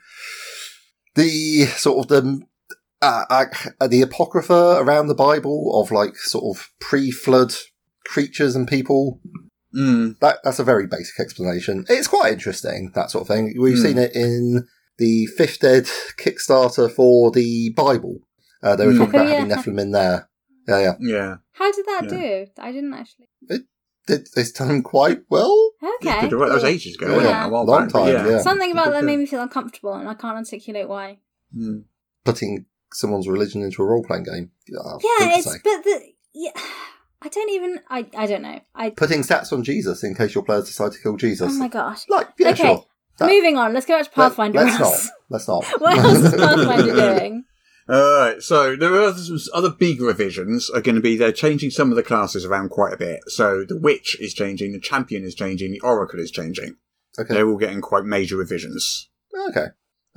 F: the sort of the uh, uh, the apocrypha around the Bible of like sort of pre-flood creatures and people.
E: Mm.
F: That that's a very basic explanation. It's quite interesting that sort of thing. We've
E: Hmm.
F: seen it in the Fifth Dead Kickstarter for the Bible. Uh, they were
E: Hmm.
F: talking
G: Oh,
F: about having
G: yeah.
F: Nephilim in there. Yeah, yeah.
E: Yeah.
G: How did that
E: Yeah.
G: do? I didn't actually.
F: Did this done quite well?
G: Okay.
E: Good, right, That was ages ago.
F: Yeah.
E: Wasn't it? A while
F: Long
E: back,
F: time,
E: but
F: yeah.
G: Something about that made me feel uncomfortable, and I can't articulate why.
E: Mm.
F: putting someone's religion into a role playing game. Oh,
G: Yeah,
F: goodness
G: it's
F: sake.
G: but the yeah, I don't even I I don't know. I
F: putting stats on Jesus in case your players decide to kill Jesus.
G: oh my gosh.
F: Like, yeah,
G: okay,
F: sure. That-
G: moving on. Let's go back to
F: Let-
G: Pathfinder.
F: let's not. Let's not.
G: what else is Pathfinder doing?
E: Alright, so there are some other big revisions are going to be they're changing some of the classes around quite a bit. So the Witch is changing, the Champion is changing, the Oracle is changing.
F: okay.
E: They're all getting quite major revisions.
F: Okay.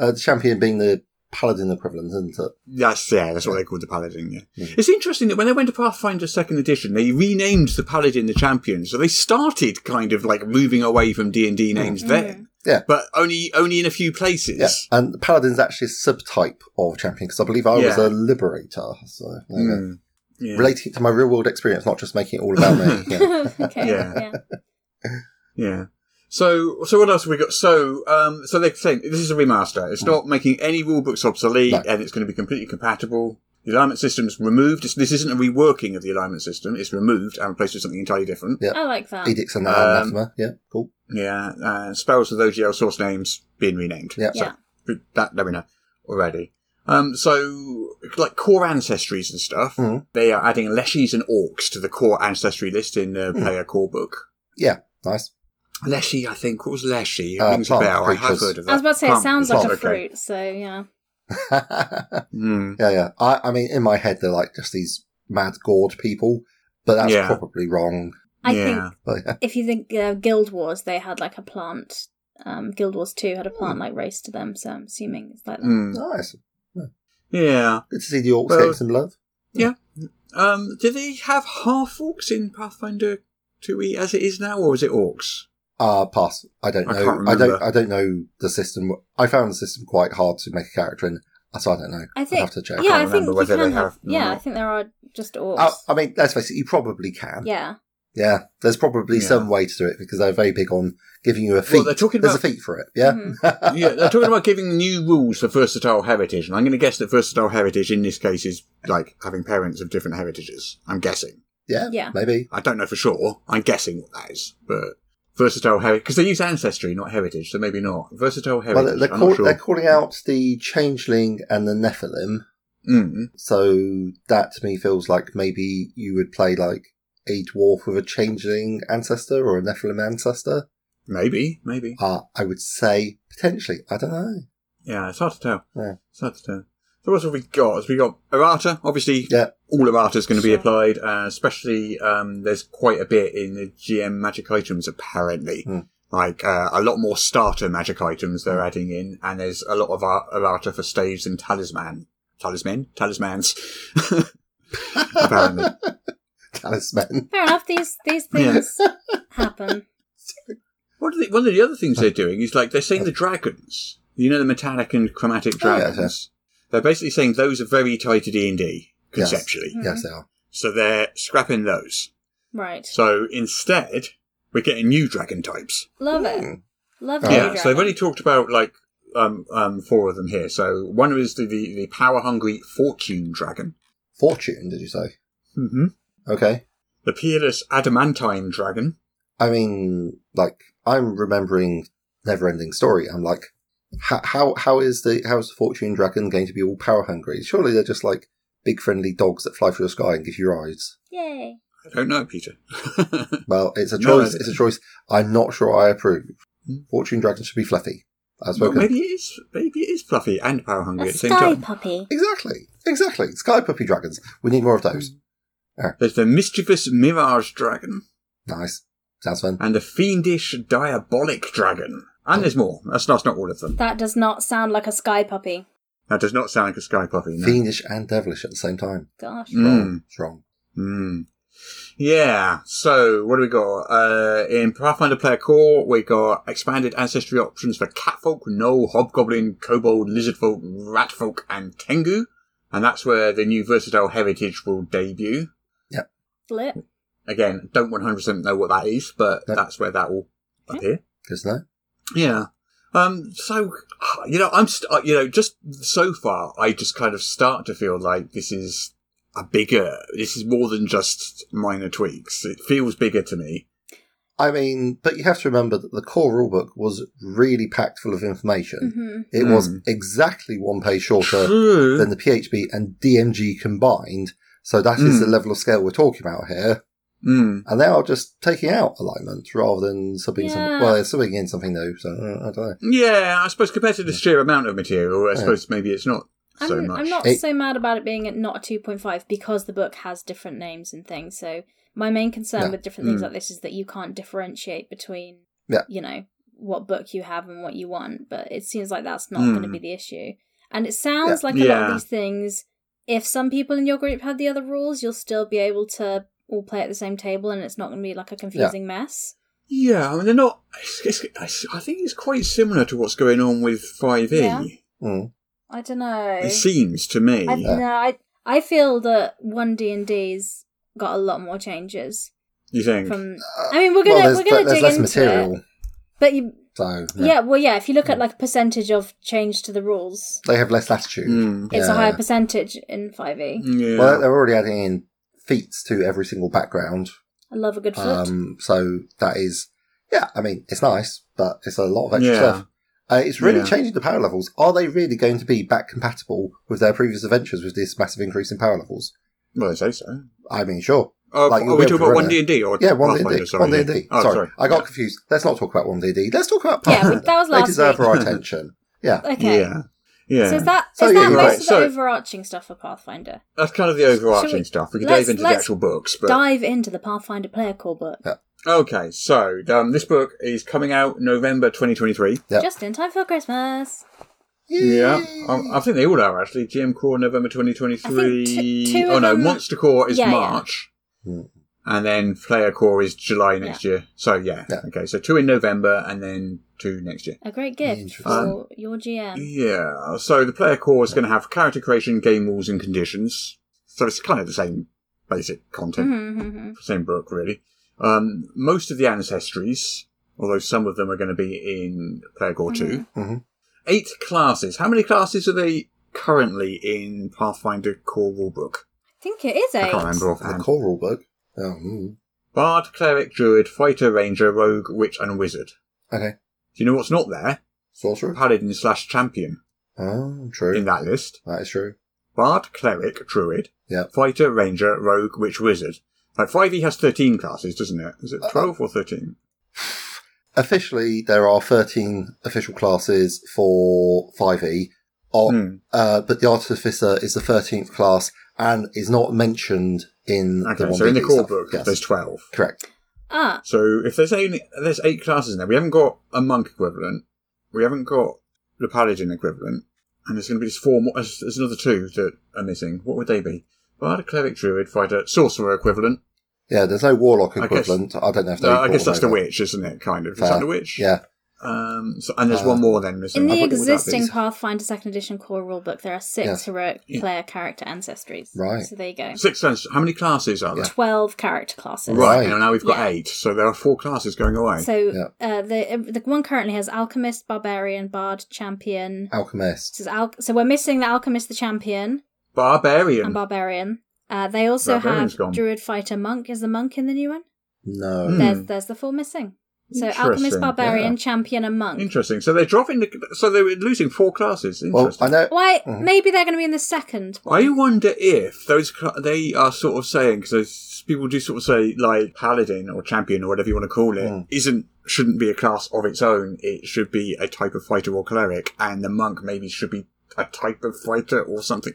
F: Uh, the champion being the paladin equivalent, isn't it?
E: That's, yeah, that's what they called the Paladin, yeah. It's interesting that when they went to Pathfinder 2nd Edition, they renamed the Paladin the Champion, so they started kind of like moving away from D&D names then.
F: Yeah.
E: but only only in a few places.
F: Yeah, and the paladin's actually a subtype of champion because I believe I was
E: Yeah. Hmm.
F: a liberator. So there you go.
E: Yeah.
F: relating it to my real world experience, not just making it all about me. Yeah.
G: okay.
E: Yeah.
G: Yeah.
E: Yeah. So, so what else have we got? So, um, so they're saying this is a remaster. It's not making any rule books obsolete,
F: No.
E: and it's going to be completely compatible. The alignment system's removed. It's, this isn't a reworking of the alignment system. It's removed and replaced with something entirely different.
F: Yeah.
G: I like that.
F: Edicts and
E: Um,
F: anathema. Yeah, cool.
E: Yeah. Uh, spells with OGL source names being renamed.
F: Yeah.
G: Yeah.
E: But that let me know already. Um, so like core ancestries and stuff,
F: Mhm.
E: they are adding leshies and orcs to the core ancestry list in the
F: Hmm.
E: player core book.
F: Yeah, nice.
E: Leshy, I think. What was Leshy? It
F: Uh,
E: rings a
F: plant
E: bell. I have
F: creatures.
E: heard of that.
G: I was about to say it
E: Plant
G: sounds like a
E: creatures. Okay.
G: fruit, so yeah.
F: yeah,
E: Mm.
F: yeah. I, I mean, in my head, they're like just these mad gourd people, but that's
E: Yeah.
F: probably wrong.
G: I
E: yeah.
F: But yeah.
G: think if you think uh, Guild Wars, they had like a plant. Um, Guild Wars Two had a plant
E: Hmm.
G: like race to them, so I'm assuming it's like that.
E: Mm.
F: nice.
E: Yeah.
F: Good to see the orcs
E: Well-
F: getting some love.
E: Yeah. Um, do they have half orcs in Pathfinder 2e as it is now, or is it orcs?
F: Uh, pass. I don't
E: I
F: know.
E: can't
F: I, don't.
E: remember.
F: I don't know the system. I found the system quite hard to make a character in, so I don't know.
G: I
F: I'd
G: think.
F: have to check.
G: Yeah, I,
E: can't
G: think
E: remember
G: you
E: whether
G: can
E: they
G: have.
E: have-
G: Yeah, I think there are just orcs.
E: Oh,
F: Uh, I mean, let's face it. You probably can.
G: yeah.
F: Yeah, there's probably
E: Yeah.
F: some way to do it because they're very big on giving you a feat.
E: Well, they're talking
F: There's
E: about-
F: a feat for it. Yeah.
G: Mm-hmm. hmm,
E: yeah, they're talking about giving new rules for versatile heritage, and I'm going to guess that versatile heritage in this case is like having parents of different heritages. I'm guessing.
F: yeah.
G: Yeah.
F: Maybe.
E: I don't know for sure. I'm guessing what that is, but versatile heritage because they use ancestry, not heritage, so maybe not versatile heritage.
F: Well, they're,
E: I'm
F: call-
E: not sure.
F: they're calling out the changeling and the Nephilim.
E: Mm.
F: So that to me feels like maybe you would play like a dwarf with a changeling ancestor or a Nephilim ancestor.
E: Maybe, maybe.
F: Uh, I would say potentially. I don't know.
E: Yeah, it's hard to tell.
F: Yeah.
E: It's hard to tell. So what have we got? We got errata. Obviously,
F: Yeah.
E: all errata is going to be
G: Sure.
E: applied. Uh, especially, um, there's quite a bit in the GM magic items apparently.
F: Hmm.
E: Like uh, a lot more starter magic items they're adding in, and there's a lot of ar- errata for staves and talisman, talisman, talismans. apparently,
F: Talisman.
G: Fair enough. These these
E: Yeah.
G: things happen.
E: what are the, one of the other things they're doing is like they're saying the dragons. You know the metallic and chromatic
F: Oh, yeah,
E: dragons. They're basically saying those are very tied to D and D
F: Yes.
E: conceptually.
F: Yes, they are.
E: So they're scrapping those.
G: Right.
E: So instead, we're getting new dragon types.
G: Love it. Love it.
F: Oh. New
E: yeah. hmm. So they've already talked about like um, um, four of them here. So one is the, the, the power hungry fortune dragon.
F: Fortune, did you say?
E: Mm-hmm.
F: Okay.
E: The peerless adamantine dragon.
F: I mean, like I'm remembering Neverending Story. I'm like, how how, how is the how is the Fortune Dragon going to be all power hungry? Surely they're just like big friendly dogs that fly through the sky and give you rides.
G: Yay.
E: I don't know, Peter.
F: Well, it's a
E: No,
F: choice.
E: I-
F: it's a choice. I'm not sure I approve.
E: Hmm.
F: Fortune Dragon should be fluffy. I've
E: Well,
F: spoken.
E: maybe it is. Maybe it is fluffy and power hungry
G: A
E: at the same
G: sky
E: time.
G: puppy.
F: Exactly. Exactly. Sky Puppy Dragons. We need more of those.
E: There's the mischievous mirage dragon
F: Nice. Sounds fun.
E: and the fiendish diabolic dragon. And there's more. That's, that's not all of them.
G: That does not sound like a sky puppy.
E: That does not sound like a sky puppy. No.
F: Fiendish and devilish at the same time.
G: Gosh.
E: Mm.
F: Wrong. It's wrong.
E: Mm. Yeah. So what do we got? Uh, in Pathfinder Player Core, we got expanded ancestry options for Catfolk, Gnoll, Hobgoblin, Kobold, Lizardfolk, Ratfolk, and Tengu, and that's where the new versatile heritage will debut.
G: Flip.
E: Again, don't one hundred percent know what that is, but
F: No.
E: that's where that will appear.
F: Good to know.
E: Yeah. Um, so, you know, I'm, st- uh, you know, just so far, I just kind of start to feel like this is a bigger, this is more than just minor tweaks. It feels bigger to me.
F: I mean, but you have to remember that the core rulebook was really packed full of information.
G: hmm
F: It was exactly one page shorter
E: True.
F: than the PHB and DMG combined. So that is
E: Mm.
F: the level of scale we're talking about here.
E: Mm.
F: And they are just taking out alignment rather than subbing something.
G: Yeah.
F: Well, they're subbing in something new. So uh, I don't know.
E: Yeah, I suppose compared to the sheer amount of material, I
F: Yeah.
E: suppose maybe it's not
G: I'm,
E: so much.
G: I'm not
F: It-
G: so mad about it being at not a 2.5 because the book has different names and things. So my main concern
F: Yeah.
G: with different things
E: Mm.
G: like this is that you can't differentiate between,
F: Yeah.
G: you know, what book you have and what you want. But it seems like that's not going to
E: Mm.
G: be the issue. And it sounds like a lot
E: Yeah.
G: of these things, if some people in your group have the other rules, you'll still be able to all play at the same table and it's not going to be like a confusing mess.
E: Yeah, I mean, they're not. It's, it's, it's- I think it's quite similar to what's going on with 5e.
G: Yeah.
F: Mm.
G: I don't know.
E: It seems to me.
G: I, no, I I feel that one D and D's got a lot more changes
E: you think?
G: from. I mean, we're gonna
F: well,
G: we're
F: there's,
G: gonna
F: there's
G: dig
F: less
G: into
F: material,
G: it, but you,
F: so
G: yeah. well, yeah. If you look at like percentage of change to the rules,
F: they have less latitude.
E: Mm.
G: it's a
F: Yeah.
G: higher percentage in Five E.
E: Yeah.
F: Well, uh, they're already adding in feats to every single background,
G: I love a good foot.
F: um, so that is yeah. I mean, it's nice, but it's a lot of extra
E: Yeah.
F: stuff. Uh, it's really
E: Yeah.
F: changing the power levels. Are they really going to be back compatible with their previous adventures with this massive increase in power levels?
E: well, I say so.
F: I mean, sure.
E: Uh,
F: Like,
E: are
F: you'll
E: we
F: be
E: talking
F: able to
E: about
F: run
E: one
F: it.
E: D and D or
F: Yeah, one D
E: Pathfinder,
F: D. One D and D.
E: Oh,
F: Sorry,
E: sorry.
F: I got confused. Let's not talk about one D D. Let's talk about
G: Yeah,
F: Pathfinder.
G: that was
F: They
G: last
F: deserve
G: week.
F: our attention. Yeah,
G: Okay.
E: Yeah, yeah.
G: So is that is
F: So, yeah,
G: that
F: you're
G: most
E: right.
G: of the
E: So-
G: overarching stuff for Pathfinder?
E: That's kind of the
G: Shall we-
E: overarching stuff. We can
G: let's-
E: dive into the
G: let's
E: actual books, but
G: Dive into the Pathfinder player core book
E: okay. So um, this book is coming out November 2023.
F: Yep.
G: just in time for Christmas.
E: Yeah, Um, I, I think they all are actually. GM Core November 2023.
G: I think t- two
E: oh
G: of
E: no,
G: them-
E: Monster Core is
G: Yeah, yeah.
E: March, and then Player Core is July next year. So yeah.
F: Yeah.
E: okay. So two in November, and then two next year.
G: A great gift
F: Interesting.
G: for your
E: Um,
G: GM.
E: Yeah, so the player core is going to have character creation, game rules, and conditions. So it's kind of the same basic content,
G: Mhm.
E: same book, really. Um, most of the ancestries, although some of them are going to be in player core 2.
F: Mhm.
E: Eight classes. How many classes are they currently in Pathfinder core rulebook?
G: I think it is
E: I can't
G: eight.
E: remember
F: the
E: offhand.
F: core rule book. Oh, mm.
E: Bard, cleric, druid, fighter, ranger, rogue, witch, and wizard.
F: Okay,
E: Do you know what's not there?
F: sorcerer.
E: Paladin slash champion
F: Oh,
E: in
F: true.
E: that list.
F: That is true.
E: Bard, cleric, druid,
F: Yeah.
E: Fighter, Ranger, Rogue, Witch, Wizard. Like 5e has 13 classes, doesn't it? Is
F: Uh,
E: it 12 or 13?
F: Officially, there are 13 official classes for 5e, or,
E: Hmm.
F: uh, but the Artificer is the 13th class and is not mentioned in the
E: Okay,
F: uh, one
E: so in the core
F: stuff.
E: book,
F: Yes.
E: there's 12.
F: Correct.
G: Ah,
E: So if there's only there's eight classes in there, we haven't got a monk equivalent, we haven't got the paladin equivalent, and there's going to be just four more. There's, there's another two that are missing. What would they be? Bard, cleric, druid, fighter, sorcerer equivalent.
F: Yeah, there's no Warlock
E: I guess-
F: equivalent. I, don't know if they
E: Uh, I guess
F: brought
E: that's the
F: them over.
E: witch, isn't it? Kind of. Is
F: Fair.
E: that the witch?
F: Yeah.
E: Um. So, and there's
F: Uh,
E: one more then missing.
G: in
E: I
G: the
E: forgot what that
G: existing
E: is.
G: Pathfinder Second Edition core rulebook, there are six
F: Yes.
G: heroic
E: Yeah.
G: player character ancestries.
F: Right.
G: So there you go.
E: Six classes. How many classes are there?
G: Twelve character classes.
E: Right,
F: Right.
E: and now we've got
G: Yeah.
E: eight, so there are four classes going away.
G: So
F: Yeah.
G: uh, the the one currently has alchemist, barbarian, bard, champion.
E: Ah.
F: Alchemist.
G: This is al- so we're missing the alchemist, the champion,
E: Barbarian.
G: and barbarian. Uh, they also
E: Barbarian's
G: have
E: gone.
G: druid, fighter, monk. Is the monk in the new one?
F: No.
E: Hmm.
G: There's there's the four missing. So alchemist,
E: Interesting,
G: barbarian,
E: yeah.
G: champion, and monk.
E: Interesting. So they're dropping. The, so they're losing four classes.
F: Well, I
E: Interesting.
F: know.
G: Why?
E: Mm-hmm.
F: Mhm.
G: Maybe they're going to be in the second.
E: I wonder if those cla- they are sort of saying because people do sort of say like paladin or champion or whatever you want to call it
F: Mm.
E: not shouldn't be a class of its own. It should be a type of fighter or cleric, and the monk maybe should be a type of fighter or something.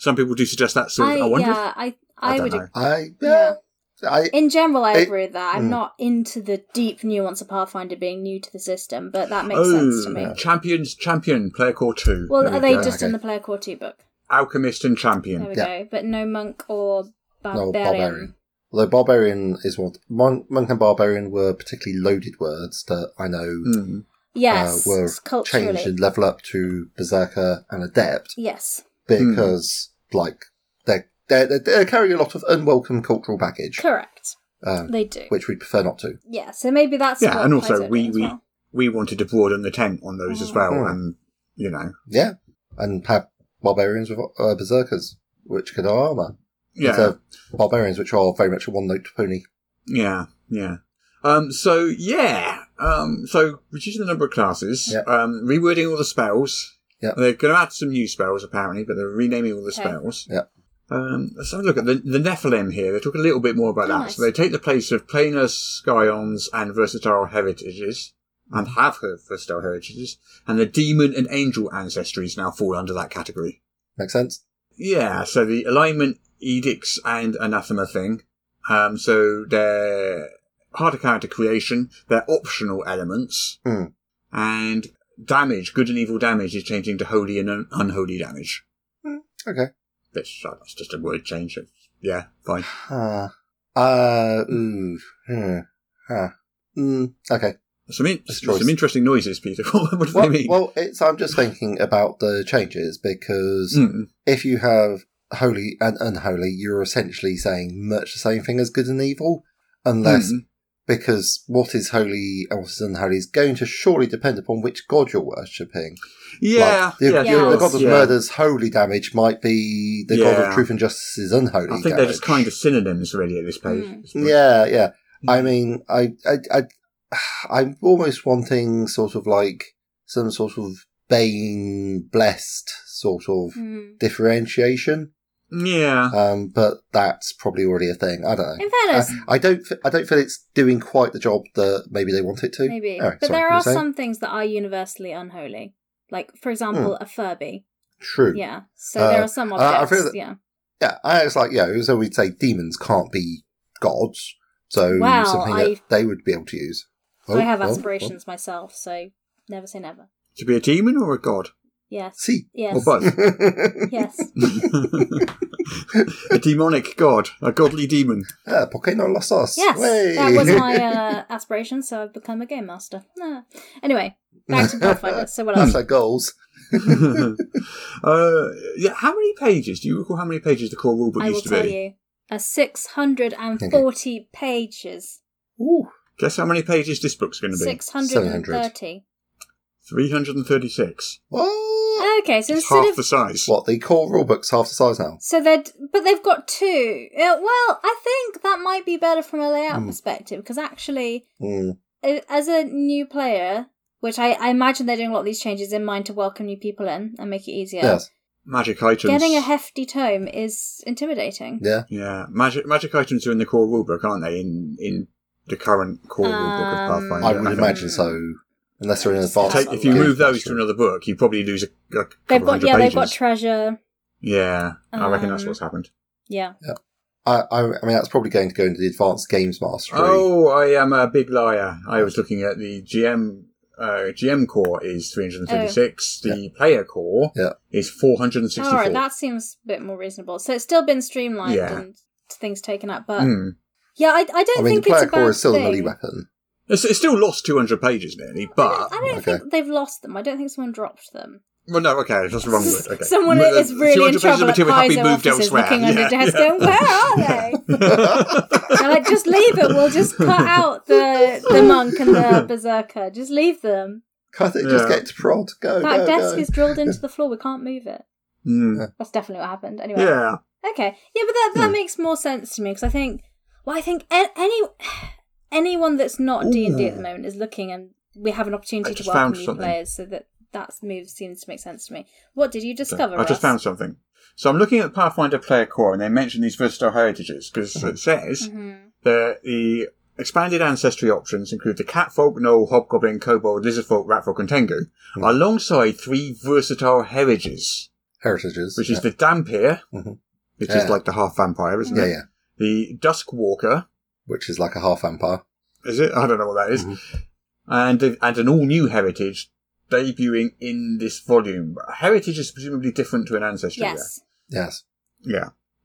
E: Some people do suggest that sort.
G: I,
E: Of, I wonder.
G: yeah, I
E: I
G: I
E: don't
G: would.
E: know.
F: I yeah. I
G: In general, I
F: It-
G: agree with that. I'm
F: Mm.
G: not into the deep nuance of Pathfinder being new to the system, but that
E: If,
G: makes sense to me.
E: oh, champions, champion, player core two.
G: Well,
E: There we
G: are they
E: go.
G: just in
F: okay.
G: the player core two book?
E: alchemist and
G: There
E: champion?
G: we
F: Yeah.
G: go. But no monk or barbarian.
F: no barbarian. Although barbarian is one mon- monk and barbarian were particularly loaded words that I know
E: Hmm.
F: uh,
G: Yes,
F: were
G: it's culturally.
F: changed and level up to berserker and adept
G: Yes,
F: because like they're, they're they're- they're carrying a lot of unwelcome cultural baggage,
G: correct.
F: um,
G: They do.
F: which we prefer not to.
G: Yeah, so maybe that's
E: yeah,
G: what
E: and also
G: Kaizo
E: we
G: did as
E: we,
G: well.
E: we wanted to broaden the tent on those as well,
F: Mm.
E: and you know,
F: Yeah, and have barbarians with uh, berserkers which could armor.
E: yeah,
F: So barbarians which are very much a one note pony.
E: yeah, yeah. Um, so yeah, um, so reducing the number of classes,
F: Yeah.
E: um, rewording all the spells.
F: Yeah.
E: they're going to add some new spells apparently, but they're renaming all the
G: Okay.
E: spells.
F: Yeah.
E: Um, let's have a look at the, the Nephilim here. They talk a little bit more about
G: Oh,
E: that.
G: nice.
E: So they take the place of planar scions and versatile heritages,
F: Mm.
E: and have her versatile heritages, and the demon and angel ancestries now fall under that category.
F: Makes sense.
E: Yeah, so the alignment edicts and anathema thing. Um, so they're part of character creation. They're optional elements
F: Hmm.
E: and damage. Good and evil damage is changing to holy and un- unholy damage.
F: Okay.
E: That's, that's just a word change. It's- Yeah, fine.
F: Huh. Uh. Ooh. Hmm. Huh. Mm, okay.
E: Some, in-
F: It's choice.
E: some interesting noises, Peter. what do
F: Well,
E: they mean?
F: well, it's, I'm just thinking about the changes because
E: Mm.
F: if you have holy and unholy, you're essentially saying much the same thing as good and evil, unless
E: Mm.
F: because what is holy and what is unholy is going to surely depend upon which god you're worshipping.
E: Yeah,
F: Like, the,
E: yeah,
G: you-
F: the-
G: sure,
F: the god of
E: yeah.
F: murder's holy damage might be the god of
E: Yeah.
F: truth and justice is unholy.
E: I think they're
F: damage.
E: just kind of synonyms, really, at this page.
G: Mm.
F: Yeah, yeah. I
G: Hmm.
F: mean, I, I, I, I'm almost wanting sort of like some sort of bane blessed sort of
G: Mm.
F: differentiation.
E: Yeah.
F: Um, but that's probably already a thing. I don't know.
G: In fairness,
F: I, I don't. f- I don't feel it's doing quite the job that maybe they want it to.
G: maybe.
F: Alright,
G: but
F: sorry,
G: there
F: you were
G: are
F: saying? Hmm.
G: some things that are universally unholy. Like, for example, a Furby.
F: true.
G: Yeah. So
F: Uh,
G: there are some
F: uh, I
G: objects.
F: feel that-
G: yeah.
F: yeah. I was like, yeah. So we'd say demons can't be gods. So
G: Wow,
F: something
G: I-
F: that they would be able to use. Oh,
G: I have
F: well, well.
G: aspirations myself, so never say never.
E: To be a demon or a god?
G: Yes.
F: See.
G: Yes.
E: Or both?
G: Yes.
E: a demonic god. A godly demon.
F: Ah, ¿Por qué no los dos?
G: Yes,
F: Way.
G: that was my uh, aspiration, so I've become a game master. Nah. Anyway, back to Pathfinder. So what
F: That's
G: else?
F: our goals.
E: Uh, yeah, how many pages? Do you recall how many pages the core rulebook
G: I will
E: used to
G: tell
E: be?
G: you. A 640 pages.
F: Ooh,
E: Guess how many pages this book's going to be?
G: 630.
E: 336.
F: what?
G: Okay, so
E: It's half
G: instead
E: the
G: of...
E: size.
F: What the core rulebook's half the size now.
G: So they're... d- But they've got two. Uh, well, I think that might be better from a layout
E: Hmm.
G: perspective, because actually...
F: Mm.
G: uh, as a new player, which I, I imagine they're doing a lot of these changes in mind to welcome new people in and make it easier.
F: Yes.
E: Magic items.
G: Getting a hefty tome is intimidating.
F: Yeah.
E: Yeah, magic magic items are in the core rulebook, aren't they? In in the current core rulebook of
G: Um,
E: Pathfinder.
F: I would
E: think.
F: imagine so. Unless they're in advanced.
E: Take, if you
F: game
E: move those to
F: version.
E: another book, you probably lose a, a couple
G: They've got
E: hundred
G: yeah,
E: pages.
G: they've got treasure.
E: yeah, I reckon that's
G: Um,
E: what's happened.
G: Yeah.
F: I, I, I mean, that's probably going to go into the advanced games mastery.
E: Oh, I am a big liar. I was looking at the GM. Uh, GM core is 336. The player core
F: Yeah.
E: is 464.
G: Oh. All right, that seems a bit more reasonable. So it's still been streamlined
E: Yeah.
G: and things taken up, but
E: Hmm.
G: yeah, I, I don't
F: I mean, the
G: think it's
F: player
G: a bad
F: core is still
G: thing.
F: an elite weapon.
E: It's, it's still lost 200 pages nearly, but
G: I don't
F: Okay.
G: think they've lost them. I don't think someone dropped them.
E: well, no, okay, that's the wrong word. Okay. uh,
G: Someone
E: Well,
G: is really
E: 200
G: in
E: pages
G: trouble
E: of
G: at
E: material have been
G: Paizo
E: moved
G: offices
E: elsewhere.
G: looking under
E: Yeah,
G: desks
E: yeah.
G: going, where are they? They're like, just leave it. We'll just cut out the the monk and the berserker. Just leave them.
F: Cut it, just
E: Yeah.
F: get to prod. Go,
G: That
F: go,
G: desk
F: go.
G: is drilled into the floor. We can't move it.
E: Hmm.
G: That's definitely what happened. Anyway.
E: Yeah. Hmm.
G: Okay. Yeah, but that that makes more sense to me because I think, well, I think a- any anyone that's not D and D at the moment is looking, and we have an opportunity
E: I
G: to
E: just
G: welcome
E: found
G: new
E: something.
G: players, so that that move seems to make sense to me. What did you discover?
E: I just
G: Russ?
E: found something. So I'm looking at the Pathfinder player core, and they mention these versatile heritages because
F: Mm-hmm.
E: it says that the expanded ancestry options include the catfolk, gnoll, hobgoblin, kobold, lizardfolk, ratfolk, and tengu,
F: Mm-hmm.
E: alongside three versatile heritages,
F: Heritages.
E: which
F: yeah.
E: is the dampier,
F: Mhm.
E: which
F: Yeah.
E: is like the half vampire, isn't
F: yeah,
E: it?
F: yeah.
E: The duskwalker,
F: Which is like a half vampire.
E: is it? I don't know what that is.
F: Mm-hmm.
E: And and an all new heritage debuting in this volume. Heritage is presumably different to an ancestry. yeah?
G: Yes.
F: Yes.
E: Yeah.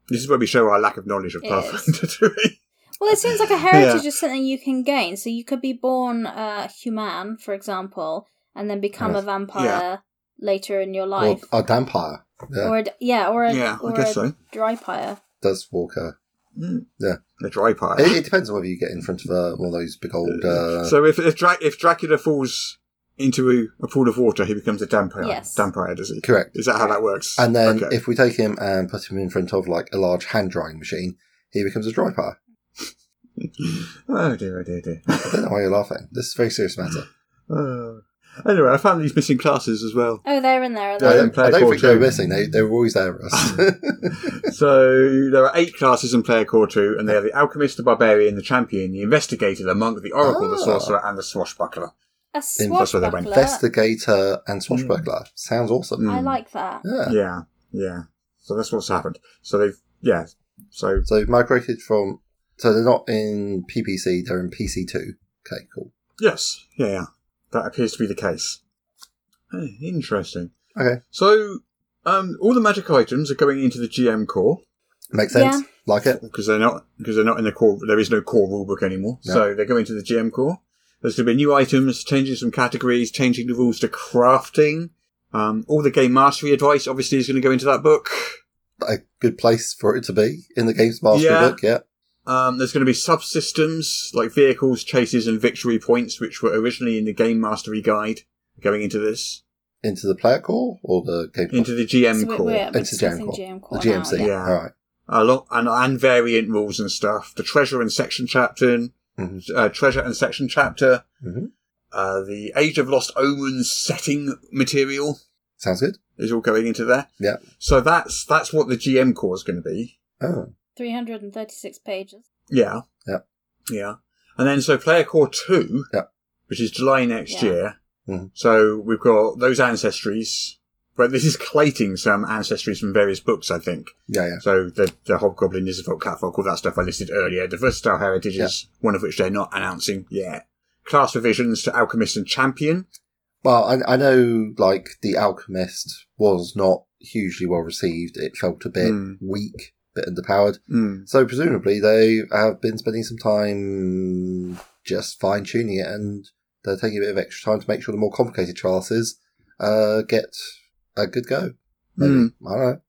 E: This is where we show our lack of knowledge of
G: It
E: Pathfinder, do we?
G: Well, it seems like a heritage is something you can gain. So you could be born uh, human, for example, and then become a
F: Yes.
G: vampire
E: Yeah.
G: later in your
F: Or
G: life,
F: a vampire. Yeah.
G: or a, d- yeah, or a,
E: Yeah, I
G: or
E: guess
G: a
E: so.
G: drypire.
F: Does Walker.
E: Hmm.
F: Yeah.
E: The dry pie.
F: It, it depends on whether you get in front of uh, one of those big old. Uh,
E: so if if, Dra- if Dracula falls into a, a pool of water, he becomes a vampire.
G: Yes.
E: Vampire, does he?
F: Correct.
E: Is that how that works?
F: and then
E: Okay.
F: if we take him and put him in front of like a large hand drying machine, he becomes a dry pie.
E: oh dear, oh dear, oh dear.
F: I don't know why you're laughing. This is a very serious matter.
E: Oh. Anyway, I found these missing classes as well.
G: Oh, they're in there. Are
E: Yeah,
F: I
G: they?
F: don't,
E: play
F: I don't
E: four
F: think they were
E: two.
F: missing. They, they were always there, Russ.
E: So there are eight classes in Player Core 2, and they are the Alchemist, the Barbarian, the Champion, the Investigator, the Monk, the Oracle, the
F: Ah.
E: Sorcerer, and the Swashbuckler.
G: A
E: that's where they went.
G: swashbuckler.
F: Investigator and
E: Mm.
F: swashbuckler. Sounds awesome.
G: I like that.
F: Yeah.
E: Hmm. Yeah, yeah. So that's what's happened. So they've, yeah. So
F: So migrated from. So they're not in PPC. They're in PC2. Okay, cool.
E: Yes, yeah, yeah. That appears to be the case. Eh, Interesting.
F: Okay,
E: So, um, all the magic items are going into the GM core
F: makes sense.
G: Yeah.
F: Like it.
E: because they're not because they're not in the core. There is no core rulebook anymore,
F: No.
E: so they go into the GM core. There's going to be new items, changing some categories, changing the rules to crafting. Um, all the game mastery advice obviously is going to go into that book.
F: A good place for it to be in the game's master
E: Yeah.
F: book, yeah.
E: Um, there's going to be subsystems like vehicles, chases, and victory points, which were originally in the game mastery guide. Going into this,
F: Into the player core or the game
E: into the GM
G: So we're-
E: core,
G: we're at
F: It's the
G: discussing
F: GM core.
G: GM
F: The
G: core now,
F: GMC,
E: yeah.
F: all right.
E: a lot and, and variant rules and stuff. The treasure and section chapter,
F: Mhm.
E: uh, treasure and section chapter,
F: Mhm.
E: uh, the Age of Lost Omens setting material
F: Sounds good.
E: is all going into there.
F: Yeah.
E: So that's that's what the GM core is going to be.
F: Oh,
G: 336 pages.
E: Yeah.
F: Yeah.
E: Yeah. And then so player core two,
F: Yeah.
E: which is July next
G: Yeah.
E: year.
F: Mhm.
E: So we've got those ancestries. But this is collating some ancestries from various books, I think.
F: yeah, yeah.
E: So the the Hobgoblin, Nizafolk, Catfolk, all that stuff I listed earlier. The versatile heritages, one of which they're not announcing yet. Class revisions to Alchemist and Champion.
F: Well, I, I know, like, The Alchemist was not hugely well received. It felt a bit
E: Mm.
F: weak, bit underpowered.
E: Mm.
F: So presumably they have been spending some time just fine tuning it, and they're taking a bit of extra time to make sure the more complicated classes uh, get a good go. Maybe.
E: Mm.
F: I don't know.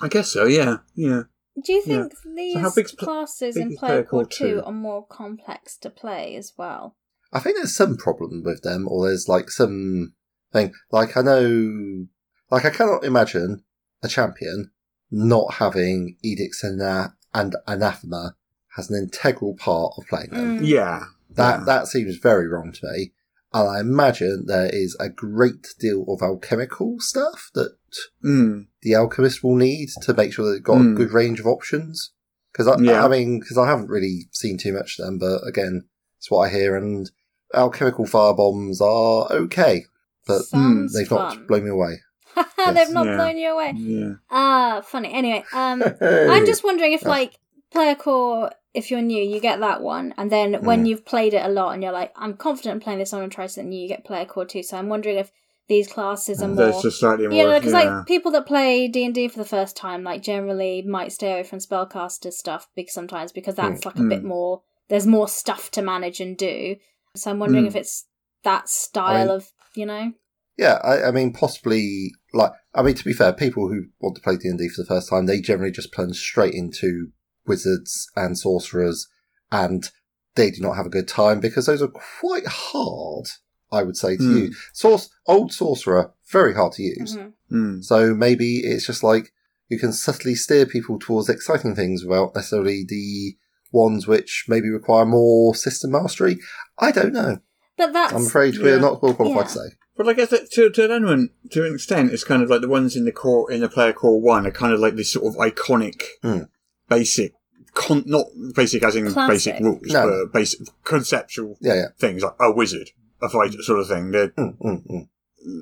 E: I guess so. Yeah. Yeah.
G: Do you think these
E: how big's pl-
G: classes
E: big
G: in
E: is
G: Player
E: Player Core
G: Core 2
E: two?
G: are more complex to play as well?
F: I think there's some problem with them, or there's like some thing. Like I know, like I cannot imagine a champion not having edicts and that and anathema as an integral part of playing them.
G: Mm.
E: Yeah.
F: That
E: Yeah.
F: that seems very wrong to me. And I imagine there is a great deal of alchemical stuff that
E: Mm.
F: the alchemist will need to make sure that they've got a
E: Hmm.
F: good range of options. Because I,
E: Yeah.
F: I mean, because I haven't really seen too much of them, but again, it's what I hear. And alchemical firebombs are okay,
E: hmm,
F: but
G: Sounds
F: they've
G: fun.
F: not blown me away.
G: Haha,
F: Yes.
G: They've not
E: Yeah.
G: blown you away.
E: Yeah.
G: Ah, funny. Anyway, um, I'm just wondering if, like, Player Core, if you're new, you get that one, and
F: Hmm.
G: then when you've played it a lot and you're like, I'm confident in playing this, I'm going to try something new, you get Player Core 2. So I'm wondering if these classes are more.
E: There's just slightly more.
G: yeah, because
E: yeah.
G: like people that play D and D for the first time, like generally might stay away from spellcaster stuff because sometimes because
F: Hmm.
G: that's like a bit
E: Mm.
G: more. There's more stuff to manage and do. So I'm wondering
E: Mm.
G: if it's that style
F: Hmm. mean-
G: of you know.
F: Yeah, I, I mean, possibly like I mean, to be fair, people who want to play D and D for the first time, they generally just plunge straight into wizards and sorcerers, and they do not have a good time because those are quite hard. I would say to
E: Hmm.
F: you, source old sorcerer, very hard to use.
G: Mhm.
E: Mm.
F: So maybe it's just like you can subtly steer people towards exciting things without necessarily the ones which maybe require more system mastery. I don't know.
G: But that's
F: I'm afraid we're
E: yeah.
F: not well qualified
G: Yeah.
F: to say.
E: But I guess that to, to an element, to an extent, it's kind of like the ones in the core in the player core one are kind of like this sort of iconic,
F: Mm.
E: basic, con- not basic as in
G: Classic.
E: basic rules,
F: No.
E: but basic conceptual
F: Yeah, yeah.
E: things like a wizard, a fighter sort of thing. They're
F: Mm, mm, mm.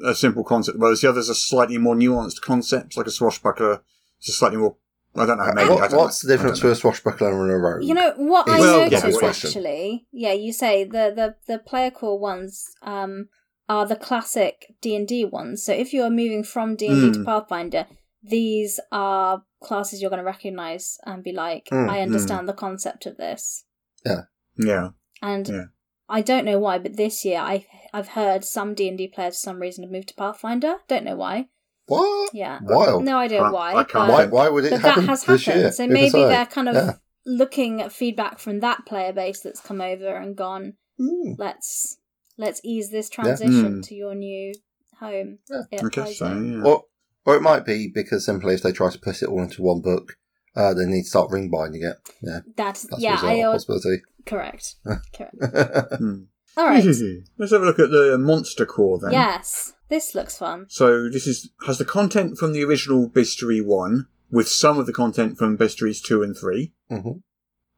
E: a simple concept, whereas the others are slightly more nuanced concepts, like a swashbuckler. It's a slightly more. I don't know. Maybe
F: What-
E: I don't
F: what's
E: know.
F: the
E: I
F: difference
E: don't
F: between a swashbuckler and a rogue?
G: You know what I
E: Well, yeah,
G: noticed
E: good
F: question.
G: actually. Yeah, you say the the the player core ones um are the classic D and D ones. So if you're moving from D and D to
E: Mm.
G: Pathfinder, these are classes you're going to recognize and be like,
E: Hmm,
F: Mm,
G: I understand the concept of this.
E: know. Yeah.
G: And
E: Yeah.
G: I don't know why, but this year I I've heard some D and D players for some reason have moved to Pathfinder. Don't know why.
F: What?
G: Yeah,
F: Wild.
G: no idea
E: I-
G: why.
E: I can't-
G: but-
F: Why, why would it
G: but
F: happen
G: that has
F: this year?
G: happened. So
F: Who can
G: maybe
F: say?
G: they're kind of
F: Yeah.
G: looking at feedback from that player base that's come over and gone.
F: Hmm.
G: Let's let's ease this transition
E: Hmm.
G: to your new home.
F: Yeah.
G: It
E: I guess
G: ties
E: so.
G: in.
E: Yeah.
F: Or, or it might be because simply if they try to put it all into one book, uh, they need to start ring binding it. Yeah,
G: That's,
F: that's
G: yeah,
F: also
G: I
F: a
G: al-
F: possibility.
G: correct. correct.
E: Hmm.
G: All right.
E: Let's have a look at the monster core then.
G: yes, this looks fun.
E: So this is has the content from the original Bestiary one, with some of the content from Bestiaries two and three.
F: hmm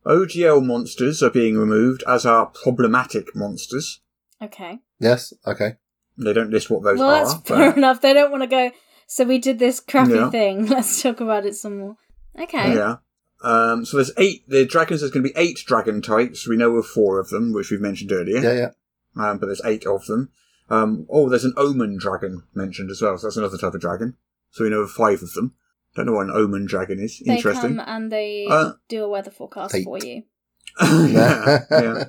E: OGL monsters are being removed, as are problematic monsters.
G: Okay.
F: Yes. Okay.
E: They don't list what those
G: well,
E: are.
G: that's
E: but-
G: fair enough. They don't want to go. So we did this crappy
E: Yeah.
G: thing. Let's talk about it some more. Okay.
E: Yeah. Um, so there's eight. The dragons. There's going to be eight dragon types. We know of four of them, which we've mentioned earlier.
F: Yeah, yeah.
E: Um, but there's eight of them. Um, oh, there's an omen dragon mentioned as well. So that's another type of dragon. So we know of five of them. Don't know what an omen dragon is.
G: They
E: Interesting.
G: come and they
E: Uh,
G: do a weather forecast
F: Fate.
G: for you.
E: yeah. yeah.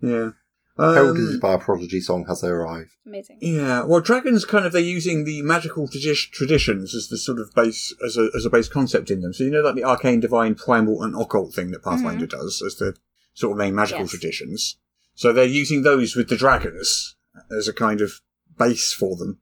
E: Yeah.
F: Herald
E: Um,
F: is by a prodigy song has they arrived.
G: Amazing.
E: Yeah, well, dragons kind of they're using the magical tradi- traditions as the sort of base as a as a base concept in them. So you know, like the arcane, divine, primal, and occult thing that Pathfinder does as the sort of main magical
G: Mm-hmm. Yes.
E: traditions. So they're using those with the dragons as a kind of base for them.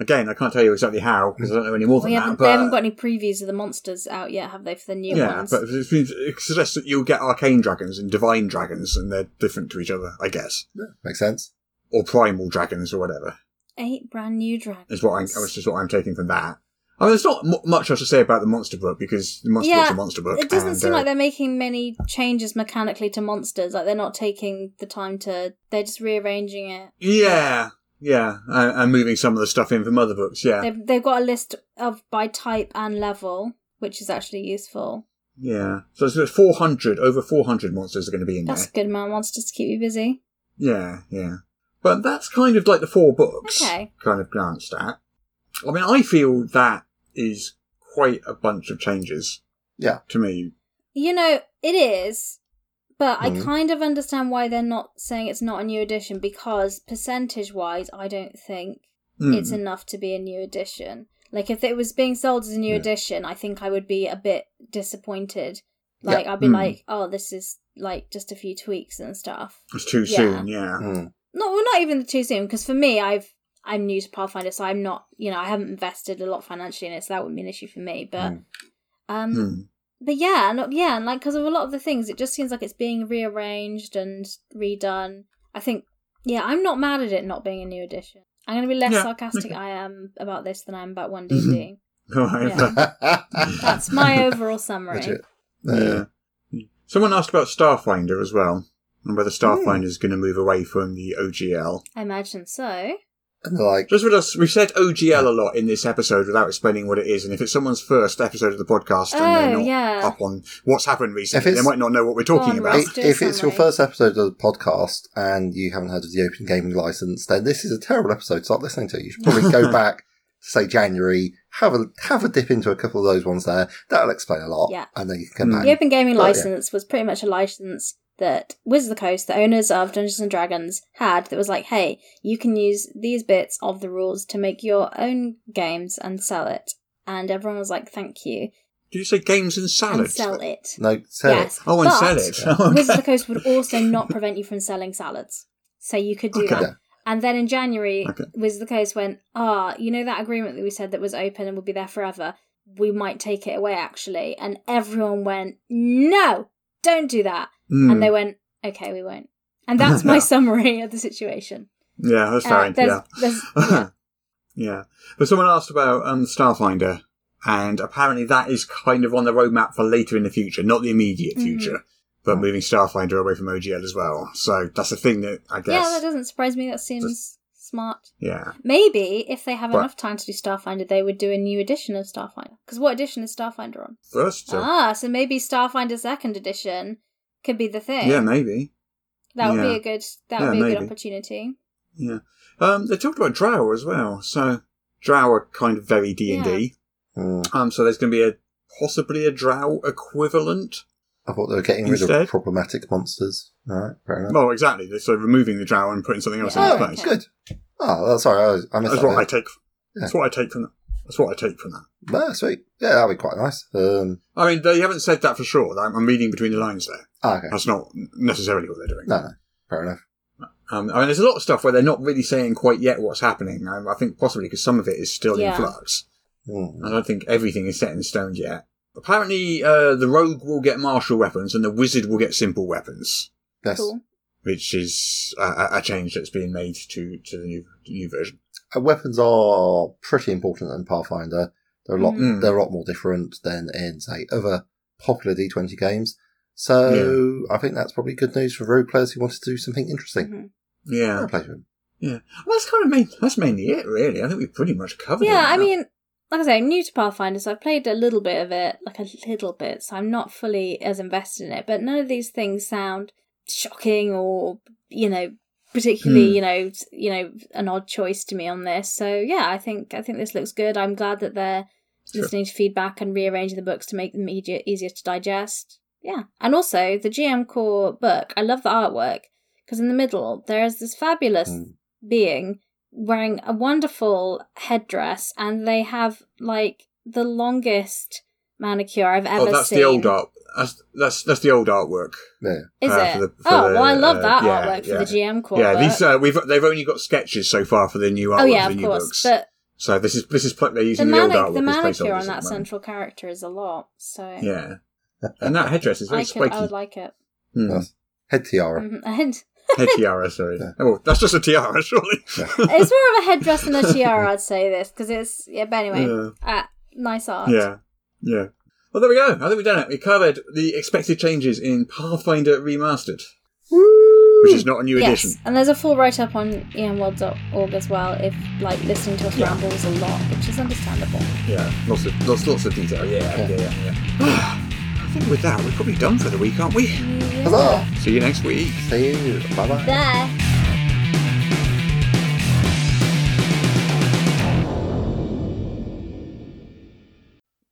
E: Again, I can't tell you exactly how because I don't know any more than
G: Hmm. We
E: that.
G: haven't,
E: but
G: they haven't got any previews of the monsters out yet, have they, for the new
E: yeah,
G: ones?
E: but it, means- it suggests that you'll get arcane dragons and divine dragons, and they're different to each other, I guess,
F: Makes sense.
E: or primal dragons or whatever.
G: Eight brand new dragons.
E: is what I, that's just what I'm taking from that. I mean, there's not m- much else to say about the monster book because the monster book's a monster book.
G: It doesn't
E: and,
G: seem
E: uh,
G: like they're making many changes mechanically to monsters. Like they're not taking the time to. They're just rearranging it.
E: Yeah, yeah, and, and moving some of the stuff in from other books. Yeah,
G: They've they've got a list of by type and level, which is actually useful.
E: yeah. So it's about 400 over 400 monsters are going to be in
G: That's a
E: there.
G: good amount of monsters to keep you busy.
E: Yeah, yeah. But that's kind of like the four books.
G: Okay.
E: Kind of glanced at. I mean, I feel that is quite a bunch of changes
F: Yeah.
E: to me.
G: You know it is, but I
E: Mm.
F: Mhm.
G: kind of understand why they're not saying it's not a new edition because percentage wise, I don't think
E: Mm.
G: it's enough to be a new edition. Like if it was being sold as a new
F: Yeah.
G: edition, I think I would be a bit disappointed. Like I'd be
E: Hmm.
G: like, oh, this is like just a few tweaks and stuff.
E: It's too
G: Yeah.
E: soon. Yeah.
F: Mm.
G: No, well, not even too soon because for me, I've I'm new to Pathfinder, so I'm not you know I haven't invested a lot financially in it, so that wouldn't be an issue for me. But
F: Mm.
G: um,
E: Mm.
G: but yeah, and, yeah, and like because of a lot of the things, it just seems like it's being rearranged and redone. I think, yeah, I'm not mad at it not being a new edition. I'm going to be less
E: Yeah,
G: sarcastic
E: okay.
G: I am about this than I am about one D.
E: Hmm. Right.
G: Yeah. That's my overall summary.
F: Legit.
E: Yeah. Someone asked about Starfinder as well, and whether
G: Hmm.
E: Starfinder is going to move away from the OGL.
G: I imagine so.
F: And like,
E: Just with us, we've said OGL a lot in this episode without explaining what it is, and if it's someone's first episode of the podcast and they're
G: Oh,
E: not
G: yeah.
E: up on what's happened recently, they
F: it's-
E: might not know what we're talking
G: on,
E: about.
G: Ross.
F: i-
G: do a
F: if it's your
G: summary.
F: first episode of the podcast and you haven't heard of the Open Gaming License, then this is a terrible episode to start listening to. You should probably go back to say January, have a have a dip into a couple of those ones there. That'll explain a lot,
G: Yeah.
F: and then you can come
E: Mm.
F: back.
G: The Open Gaming
F: But, yeah.
G: License was pretty much a license that Wizards of the Coast, the owners of Dungeons and Dragons, had that was like, hey, you can use these bits of the rules to make your own games and sell it. And everyone was like, thank you.
E: Did you say games and salad?
G: And sell it.
F: No, sell it.
G: yes.
E: Oh, and
G: but
E: sell it. Okay.
G: Wizards of the Coast would also not prevent you from selling salads. So you could do
E: Okay.
G: that.
F: Yeah.
G: And then in January,
E: Okay.
G: Wizards of the Coast went, ah, you know that agreement that we said that was open and would be there forever? We might take it away, actually. And everyone went, no, don't do that.
E: Mm.
G: And they went, okay, we won't. And that's my summary of the situation.
E: Yeah, that's
G: Uh,
E: fine.
G: there's,
E: yeah.
G: there's,
E: yeah. But someone asked about um, Starfinder, and apparently that is kind of on the roadmap for later in the future, not the immediate
G: Mhm.
E: future, but moving Starfinder away from OGL as well. So that's a thing that I
G: yeah, that
E: guess.
G: doesn't surprise me. That seems smart.
E: Yeah.
G: Maybe if they have
E: But-
G: enough time to do Starfinder, they would do a new edition of Starfinder. Because what edition is Starfinder on?
E: First. uh,
G: ah, so maybe Starfinder Second Edition could be the thing.
E: yeah, maybe.
G: that would be
E: yeah.
G: a good that
E: Yeah,
G: would be a
E: maybe.
G: good opportunity.
E: Yeah. Um, they talked about Drow as well. So Drow are kind of very D and D.
F: Mm.
E: Um, so there's going to be a possibly a Drow equivalent.
F: I thought they were getting rid
E: Instead-
F: of problematic monsters. All right, fair enough.
E: Well, exactly. So removing the Drow and putting something else
G: Yeah.
E: in
F: oh,
E: its place.
G: okay.
F: good. Oh, that's sorry, I, was- I missed
E: That's
F: that
E: what I
F: bit.
E: take. That's what I take from that. That's what I take from that.
F: Ah, sweet. Yeah, that'll be quite nice. Um,
E: I mean, they haven't said that for sure. I'm, I'm reading between the lines there.
F: ah, okay.
E: That's not necessarily what they're doing.
F: No, no, fair enough.
E: Um, I mean, there's a lot of stuff where they're not really saying quite yet what's happening. I, I think possibly because some of it is still
G: Yeah.
E: in flux.
F: Mm.
E: I don't think everything is set in stone yet. Apparently, uh, the rogue will get martial weapons and the wizard will get simple weapons,
F: Yes.
G: Cool.
E: which is a, a- a change that's being made to, to the new, new version.
F: Uh, weapons are pretty important in Pathfinder. They're a lot.
E: Mm.
F: They're a lot more different than in say other popular D20 games. So I think that's probably good news for rogue players who wanted to do something interesting.
G: Mhm.
E: Yeah,
F: I'll play with them.
E: yeah. Well, that's kind of main, that's mainly it, really. I think we've pretty much covered. it
G: Yeah, I
E: now.
G: mean, like I say, I'm new to Pathfinder, so I've played a little bit of it, like a little bit, so I'm not fully as invested in it. But none of these things sound shocking or you know particularly
E: Hmm.
G: you know s- you know an odd choice to me on this. So yeah, I think I think this looks good. I'm glad that they're
E: Sure.
G: listening to feedback and rearranging the books to make them easier easier to digest. Yeah, and also the GM Core book. I love the artwork Because in the middle, there is this fabulous
E: Hmm.
G: being wearing a wonderful headdress, and they have like the longest manicure I've ever
E: oh, that's
G: seen.
E: the old art. That's that's that's the old artwork.
F: Yeah.
G: Is
E: uh,
G: it?
E: for the- for
G: oh,
E: the,
G: well, I love
E: uh,
G: that
E: yeah,
G: artwork for
E: yeah.
G: the GM core.
E: Yeah,
G: book.
E: these uh, we've they've only got sketches so far for the new artwork
G: oh
E: for
G: yeah,
E: the
G: of
E: new
G: course.
E: books.
G: But
E: so this is this is pl- they're
G: the,
E: using the,
G: manic,
E: old artwork.
G: the
E: as placeholders
G: manicure
E: at
G: on
E: the
G: that
E: moment.
G: central character is a lot. So
E: Yeah, and that headdress is very
G: I could, I
E: spiky.
G: would like it.
E: Hmm.
F: Nice. Head tiara.
G: Mhm. And
E: Head tiara, sorry. Oh, well, that's just a tiara, surely.
G: it's more of a headdress than a tiara, I'd say this because it's yeah. But
E: Yeah.
G: anyway, uh, nice art.
E: Yeah, yeah. Well, there we go. I think we've done it. We covered the expected changes in Pathfinder Remastered, which is not a new
G: Yes,
E: edition.
G: and there's a full write-up on ianworld.org as well. If like listening to us
E: Yeah.
G: rambles a lot, which is understandable.
E: Yeah, lots of lots, lots of detail. Yeah, yeah, yeah. yeah. I think with that, we're probably done for the week, aren't we?
F: Huzzah!
E: See you next week.
F: See you. Bye bye.
G: There.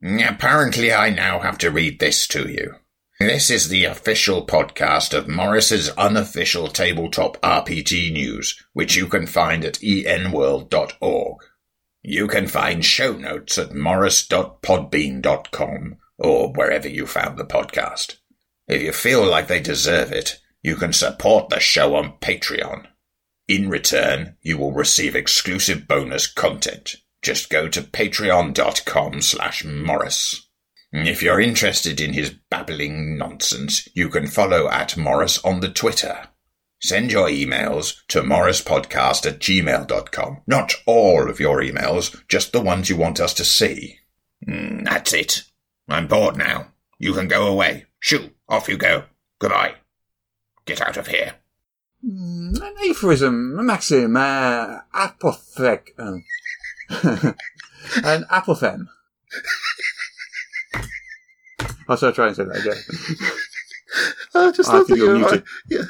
C: Apparently, I now have to read this to you. This is the official podcast of Morris's unofficial tabletop RPG news, which you can find at enworld.org. You can find show notes at morris.podbean.com or wherever you found the podcast. If you feel like they deserve it, you can support the show on Patreon. In return, you will receive exclusive bonus content. Just go to patreon.com slash morris. If you're interested in his babbling nonsense, you can follow at Morris on the Twitter. Send your emails to morrispodcast at gmail.com. Not all of your emails, just the ones you want us to see. Mm, that's it. I'm bored now. You can go away. Shoo, off you go. Goodbye. Get out of here.
E: Mm, an aphorism, a maxim, uh, apothec, um, an apothem. I'll start trying to say that again.
F: I Ah, just
E: I
F: love that
E: think
F: you're,
E: you're
F: writing, yeah,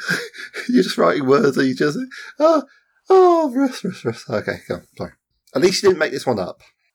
F: you're just ah, writing words and you just, oh, oh, rest, rest, rest. Okay, go on. Sorry. At least you didn't make this one up.